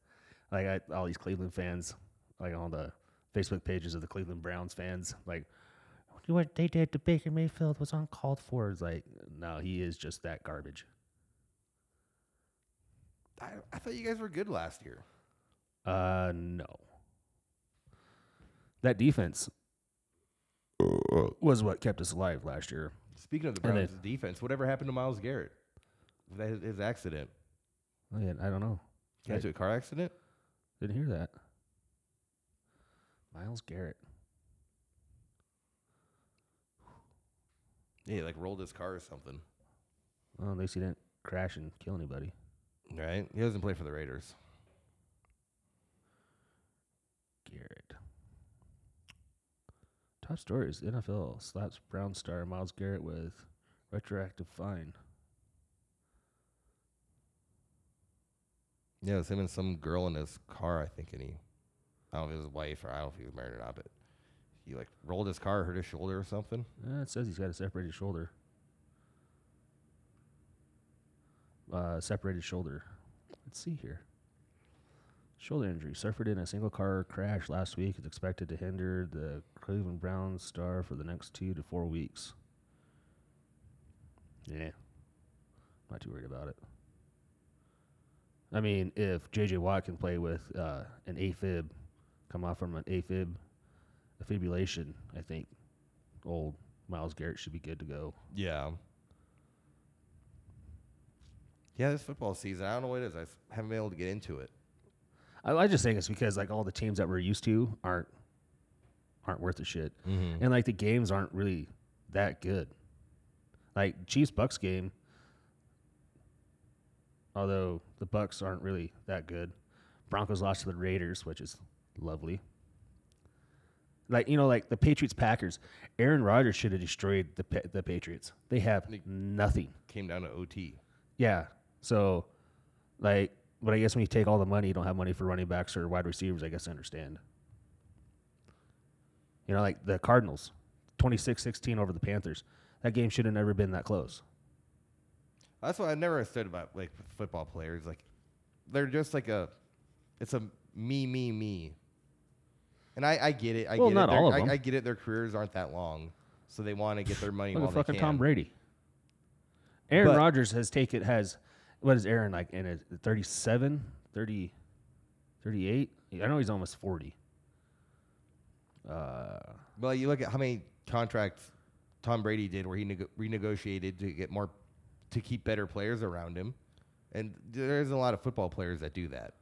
C: like I, all these Cleveland fans, like on the Facebook pages of the Cleveland Browns fans, like what they did to Baker Mayfield was uncalled for. It's like, no, he is just that garbage.
B: I, I thought you guys were good last year.
C: Uh, no. That defense was what kept us alive last year.
B: Speaking of the
C: And they-
B: Browns' defense, whatever happened to Miles Garrett? That his, his accident.
C: Oh, yeah, I don't know.
B: Got into a car accident.
C: Didn't hear that. Miles Garrett.
B: Yeah, he, like rolled his car or something.
C: Well, at least he didn't crash and kill anybody.
B: Right? He doesn't play for the Raiders.
C: Garrett. Top stories. NFL slaps Brown star Miles Garrett with retroactive fine.
B: Yeah, it was him and some girl in his car, I think, and he I don't know if it was his wife or I don't know if he was married or not, but he like rolled his car, hurt his shoulder or something.
C: Uh, it says he's got a separated shoulder. Uh, separated shoulder. Let's see here. Shoulder injury suffered in a single car crash last week is expected to hinder the Cleveland Browns star for the next two to four weeks. Yeah. Not too worried about it. I mean, if J.J. Watt can play with uh, an AFib, come off from an AFib, a fibrillation, I think old Miles Garrett should be good to go.
B: Yeah. Yeah, this football season, I don't know what it is. I s- haven't been able to get into it.
C: I, I just think it's because like all the teams that we're used to aren't aren't worth a shit,
B: Mm-hmm.
C: and like the games aren't really that good. Like Chiefs Bucks game, although the Bucks aren't really that good. Broncos lost to the Raiders, which is lovely. Like you know, like the Patriots Packers, Aaron Rodgers should have destroyed the Pa- the Patriots. They have nothing.
B: Came down to OT.
C: Yeah. So, like, but I guess when you take all the money, you don't have money for running backs or wide receivers. I guess I understand. You know, like the Cardinals, 26-16 over the Panthers. That game should have never been that close.
B: That's what I never understood about like f- football players. Like they're just like a, it's a me, me, me. And I, I get it. I
C: Well,
B: get
C: not
B: it. Their-
C: all of
B: I,
C: them.
B: I get it. Their careers aren't that long, so they want to get their money
C: Look
B: while
C: at
B: they
C: fucking
B: can.
C: Tom Brady. Aaron
B: But-
C: Rodgers has taken has what is Aaron like in a 37, 30, 38? I know he's almost 40. Uh,
B: Well, you look at how many contracts Tom Brady did where he nego- renegotiated to get more, to keep better players around him, and there isn't a lot of football players that do that.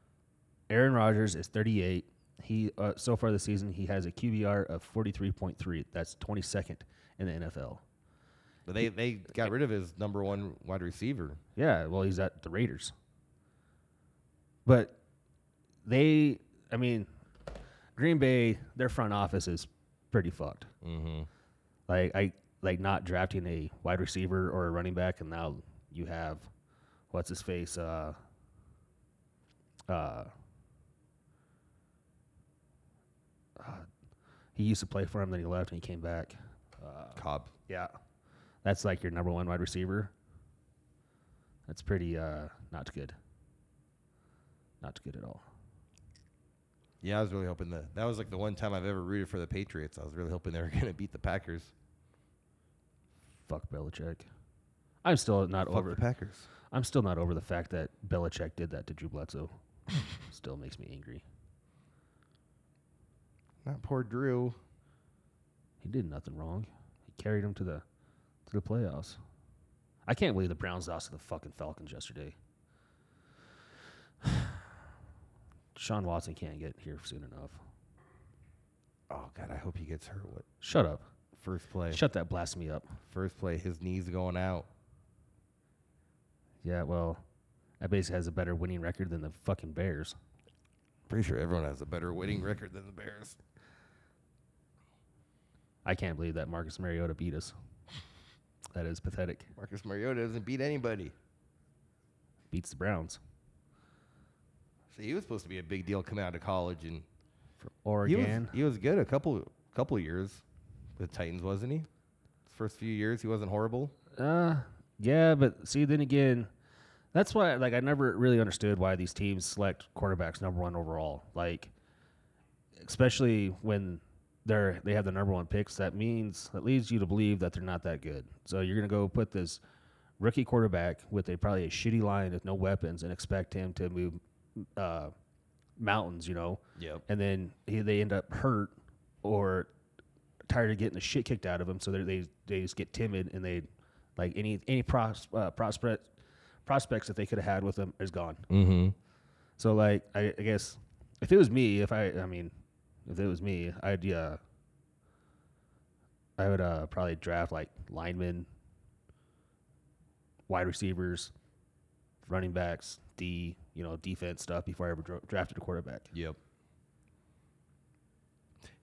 C: Aaron Rodgers is 38. He uh, so far this season he has a QBR of 43.3. That's 22nd in the NFL.
B: But they they got rid of his number one wide receiver.
C: Yeah, well he's at the Raiders. But they, I mean, Green Bay, their front office is pretty fucked.
B: Mm-hmm.
C: Like I like not drafting a wide receiver or a running back, and now you have what's his face, uh, uh, uh, he used to play for him, then he left and he came back. Uh,
B: Cobb.
C: Yeah, that's like your number one wide receiver. That's pretty uh, not good. Not good at all.
B: Yeah, I was really hoping that that was like the one time I've ever rooted for the Patriots. I was really hoping they were going to beat the Packers.
C: Fuck Belichick. I'm still not
B: Fuck
C: over.
B: the Packers.
C: I'm still not over the fact that Belichick did that to Drew Bledsoe. still makes me angry.
B: Not poor Drew.
C: He did nothing wrong. He carried him to the to the playoffs. I can't believe the Browns lost to the fucking Falcons yesterday. Sean Watson can't get here soon enough.
B: Oh God, I hope he gets hurt. What
C: Shut up.
B: first play?
C: Shut that blasphemy up.
B: First play, his knees going out.
C: Yeah, well, that basically has a better winning record than the fucking Bears.
B: Pretty sure everyone has a better winning record than the Bears.
C: I can't believe that Marcus Mariota beat us. That is pathetic.
B: Marcus Mariota doesn't beat anybody.
C: Beats the Browns.
B: See, he was supposed to be a big deal coming out of college, and
C: From
B: he was,
C: Oregon.
B: he was good a couple couple years with Titans, wasn't he? First few years, he wasn't horrible.
C: Uh, yeah, but see, then again, that's why like I never really understood why these teams select quarterbacks number one overall. Like, especially when they're they have the number one picks, that means that leads you to believe that they're not that good. So you're gonna go put this rookie quarterback with a probably a shitty line with no weapons and expect him to move uh, mountains, you know?
B: Yep.
C: and then he, they end up hurt or tired of getting the shit kicked out of them, so they're- they they just get timid and they like any any pros, uh, prospect prospects that they could have had with them is gone.
B: Mm-hmm.
C: So like I, I guess if it was me, if I, I mean, if it was me, I'd yeah, I would uh probably draft like linemen, wide receivers, running backs, D, you know, defense stuff before I ever dra- drafted a quarterback.
B: Yep.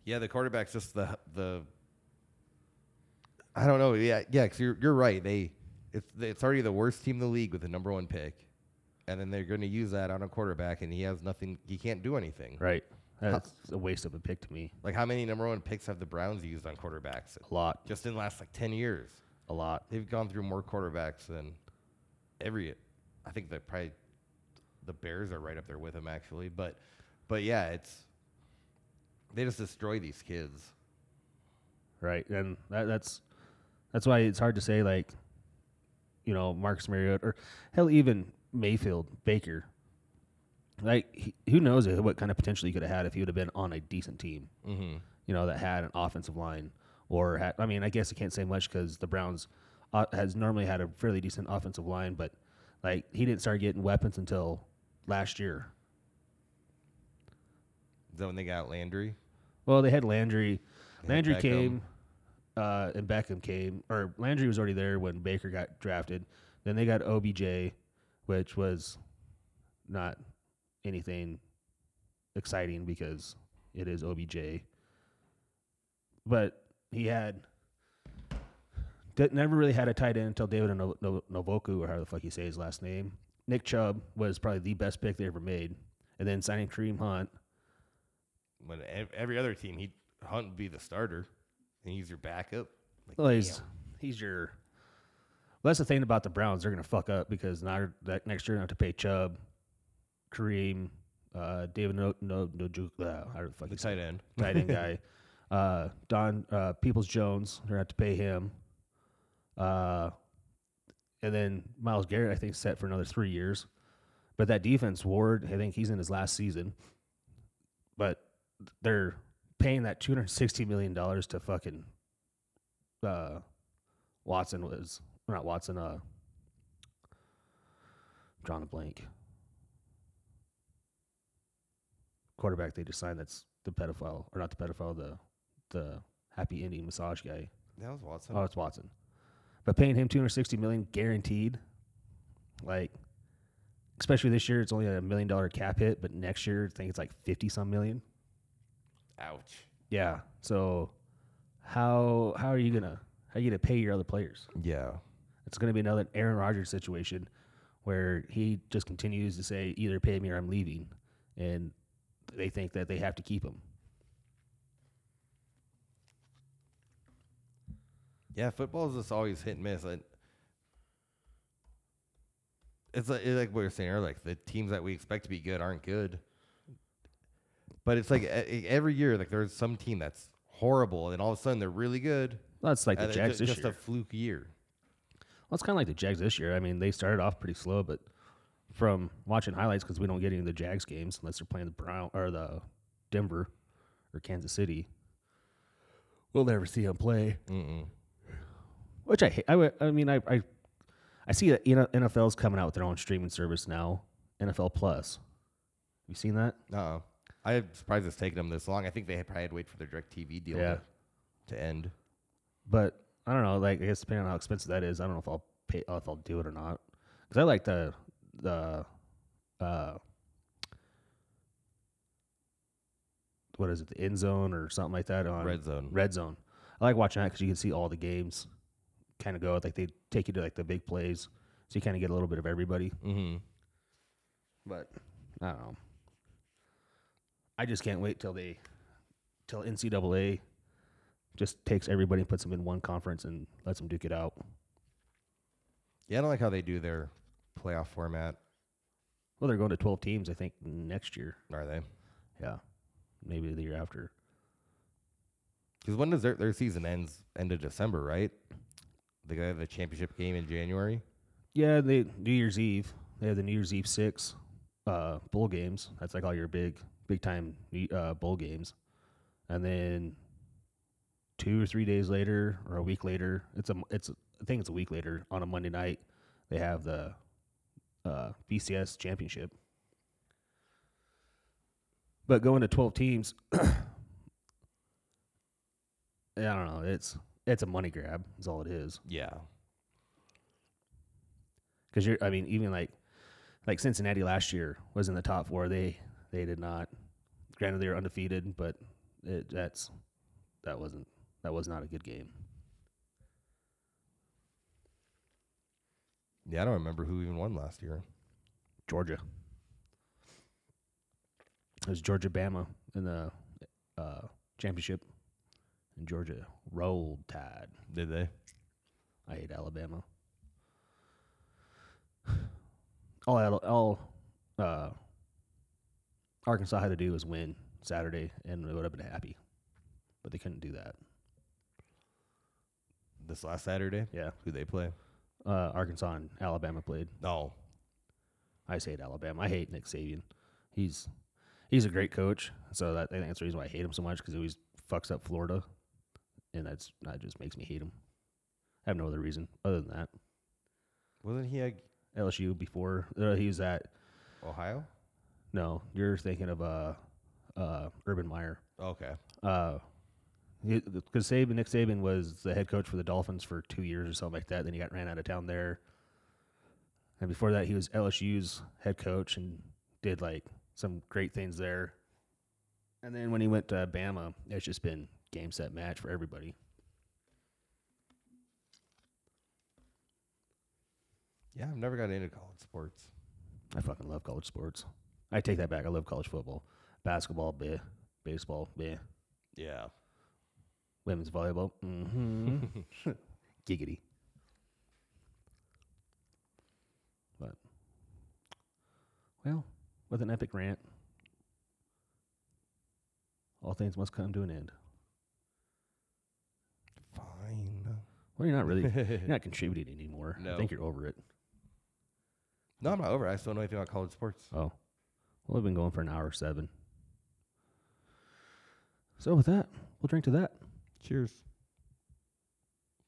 B: Yeah, the quarterback's just the the. I don't know. Yeah, yeah. Because you're you're right. They it's it's already the worst team in the league with the number one pick, and then they're going to use that on a quarterback, and he has nothing. He can't do anything.
C: Right. That's a waste of a pick to me.
B: Like how many number one picks have the Browns used on quarterbacks
C: A lot.
B: just in the last like ten years?
C: A lot.
B: They've gone through more quarterbacks than every. I think that probably the Bears are right up there with them actually, but but yeah, it's they just destroy these kids.
C: right? And that, that's that's why it's hard to say like, you know, Marcus Mariota or hell, even Mayfield Baker. Like, he, who knows what kind of potential he could have had if he would have been on a decent team,
B: Mm-hmm.
C: you know, that had an offensive line or had. I mean, I guess I can't say much because the Browns uh, has normally had a fairly decent offensive line, but like he didn't start getting weapons until last year.
B: Is that when they got Landry?
C: Well, they had Landry.
B: They had
C: Landry
B: Beckham.
C: came, uh, and Beckham came, or Landry was already there when Baker got drafted. Then they got OBJ, which was not anything exciting because it is OBJ. But he had that never really had a tight end until David no- no- Novoku, or how the fuck you say his last name. Nick Chubb was probably the best pick they ever made, and then signing Kareem Hunt.
B: When ev- every other team, he Hunt would be the starter, and he's your backup. Like,
C: Well, he's he's your. Well, that's the thing about the Browns; they're going to fuck up because now that next year they have to pay Chubb, Kareem, uh, David No No No Ju- uh, how the fuck
B: the
C: you say
B: tight end.
C: it? tight end guy, uh, Don uh, Peoples Jones. They're going to have to pay him, uh, and then Miles Garrett. I think is set for another three years, but that defense Ward. I think he's in his last season, but they're paying that two hundred sixty million dollars to fucking uh, Watson was not Watson. Uh, drawn a blank. Quarterback they just signed. That's the pedophile, or not the pedophile, the the happy ending massage guy.
B: That was Watson.
C: Oh, it's Watson. But paying him two hundred sixty million guaranteed, like, especially this year, it's only a million dollar cap hit. But next year, I think it's like fifty some million.
B: Ouch.
C: Yeah. So, how how are you gonna how are you gonna pay your other players?
B: Yeah.
C: It's going to be another Aaron Rodgers situation where he just continues to say, either pay me or I'm leaving. And they think that they have to keep him.
B: Yeah, football is just always hit and miss. And it's like, it's like what we were saying earlier, like the teams that we expect to be good aren't good. But it's like e- e- every year, like there's some team that's horrible, and then all of a sudden they're really good.
C: That's like the
B: and it's
C: Jags
B: Uh, ju-
C: this
B: just
C: year.
B: a fluke year.
C: well, it's kind of like the Jags this year. I mean, they started off pretty slow, but from watching highlights, because we don't get any of the Jags games unless they're playing the Brown or the Denver or Kansas City, we'll never see him play.
B: Mm-mm.
C: Which I hate. I, would- I mean, I, I I see that you know, NFL's coming out with their own streaming service now, NFL Plus. You seen that?
B: Uh-uh. I'm surprised it's taken them this long. I think they had probably had to wait for their direct TV deal
C: Yeah.
B: to, to end.
C: But I don't know. Like, I guess depending on how expensive that is, I don't know if I'll pay uh, if I'll do it or not. Because I like the the uh, what is it? The end zone or something like that on
B: Red zone.
C: Red zone. I like watching that because you can see all the games kind of go. Like they take you to like the big plays, so you kind of get a little bit of everybody.
B: Mm-hmm.
C: But I don't know. I just can't wait till they till NCAA just takes everybody and puts them in one conference and lets them duke it out.
B: Yeah, I don't like how they do their playoff format.
C: Well, they're going to twelve teams, I think, next year.
B: Are they?
C: Yeah, maybe the year after.
B: Because when does their, their season ends? End of December, right? They have the championship game in January.
C: Yeah, they New Year's Eve. They have the New Year's Eve six uh, bowl games. That's like all your big big time uh, bowl games, and then two or three days later, or a week later, it's a it's I think it's a week later on a Monday night. They have the uh, BCS championship. But going to twelve teams, I don't know. It's it's a money grab. Is all it is.
B: Yeah.
C: Because you're, I mean, even like like Cincinnati last year was in the top four. They they did not. Granted, they were undefeated, but it, that's that wasn't that was not a good game.
B: Yeah, I don't remember who even won last year.
C: Georgia. It was Georgia Bama in the uh, championship, and Georgia rolled Tide.
B: Did they?
C: I hate Alabama. All Al- all uh, Arkansas had to do was win Saturday, and it would have been happy, but they couldn't do that.
B: This last Saturday?
C: Yeah,
B: Who they play?
C: uh, Arkansas and Alabama played.
B: No.
C: I just hate Alabama. I hate Nick Saban. He's he's a great coach, so that I think that's the reason why I hate him so much because he always fucks up Florida, and that's that just makes me hate him. I have no other reason other than that.
B: Wasn't he at
C: LSU before uh, he was at
B: Ohio?
C: No, you're thinking of uh, uh, Urban Meyer.
B: Okay.
C: Uh, because Saban, Nick Saban was the head coach for the Dolphins for two years or something like that. Then he got ran out of town there. And before that, he was LSU's head coach and did like some great things there. And then when he went to Bama, it's just been game set match for everybody.
B: Yeah, I've never gotten into college sports.
C: I fucking love college sports. I take that back. I love college football, basketball, bleh. baseball, bleh.
B: Yeah.
C: women's volleyball. Mm-hmm. Giggity. But well, with an epic rant, all things must come to an end.
B: Fine.
C: Well, you're not really you're not contributing anymore. I
B: No.
C: think you're over it.
B: No, I'm not over. it. I still know anything about college sports.
C: Oh, well, we've been going for an hour seven. So with that, we'll drink to that.
B: Cheers.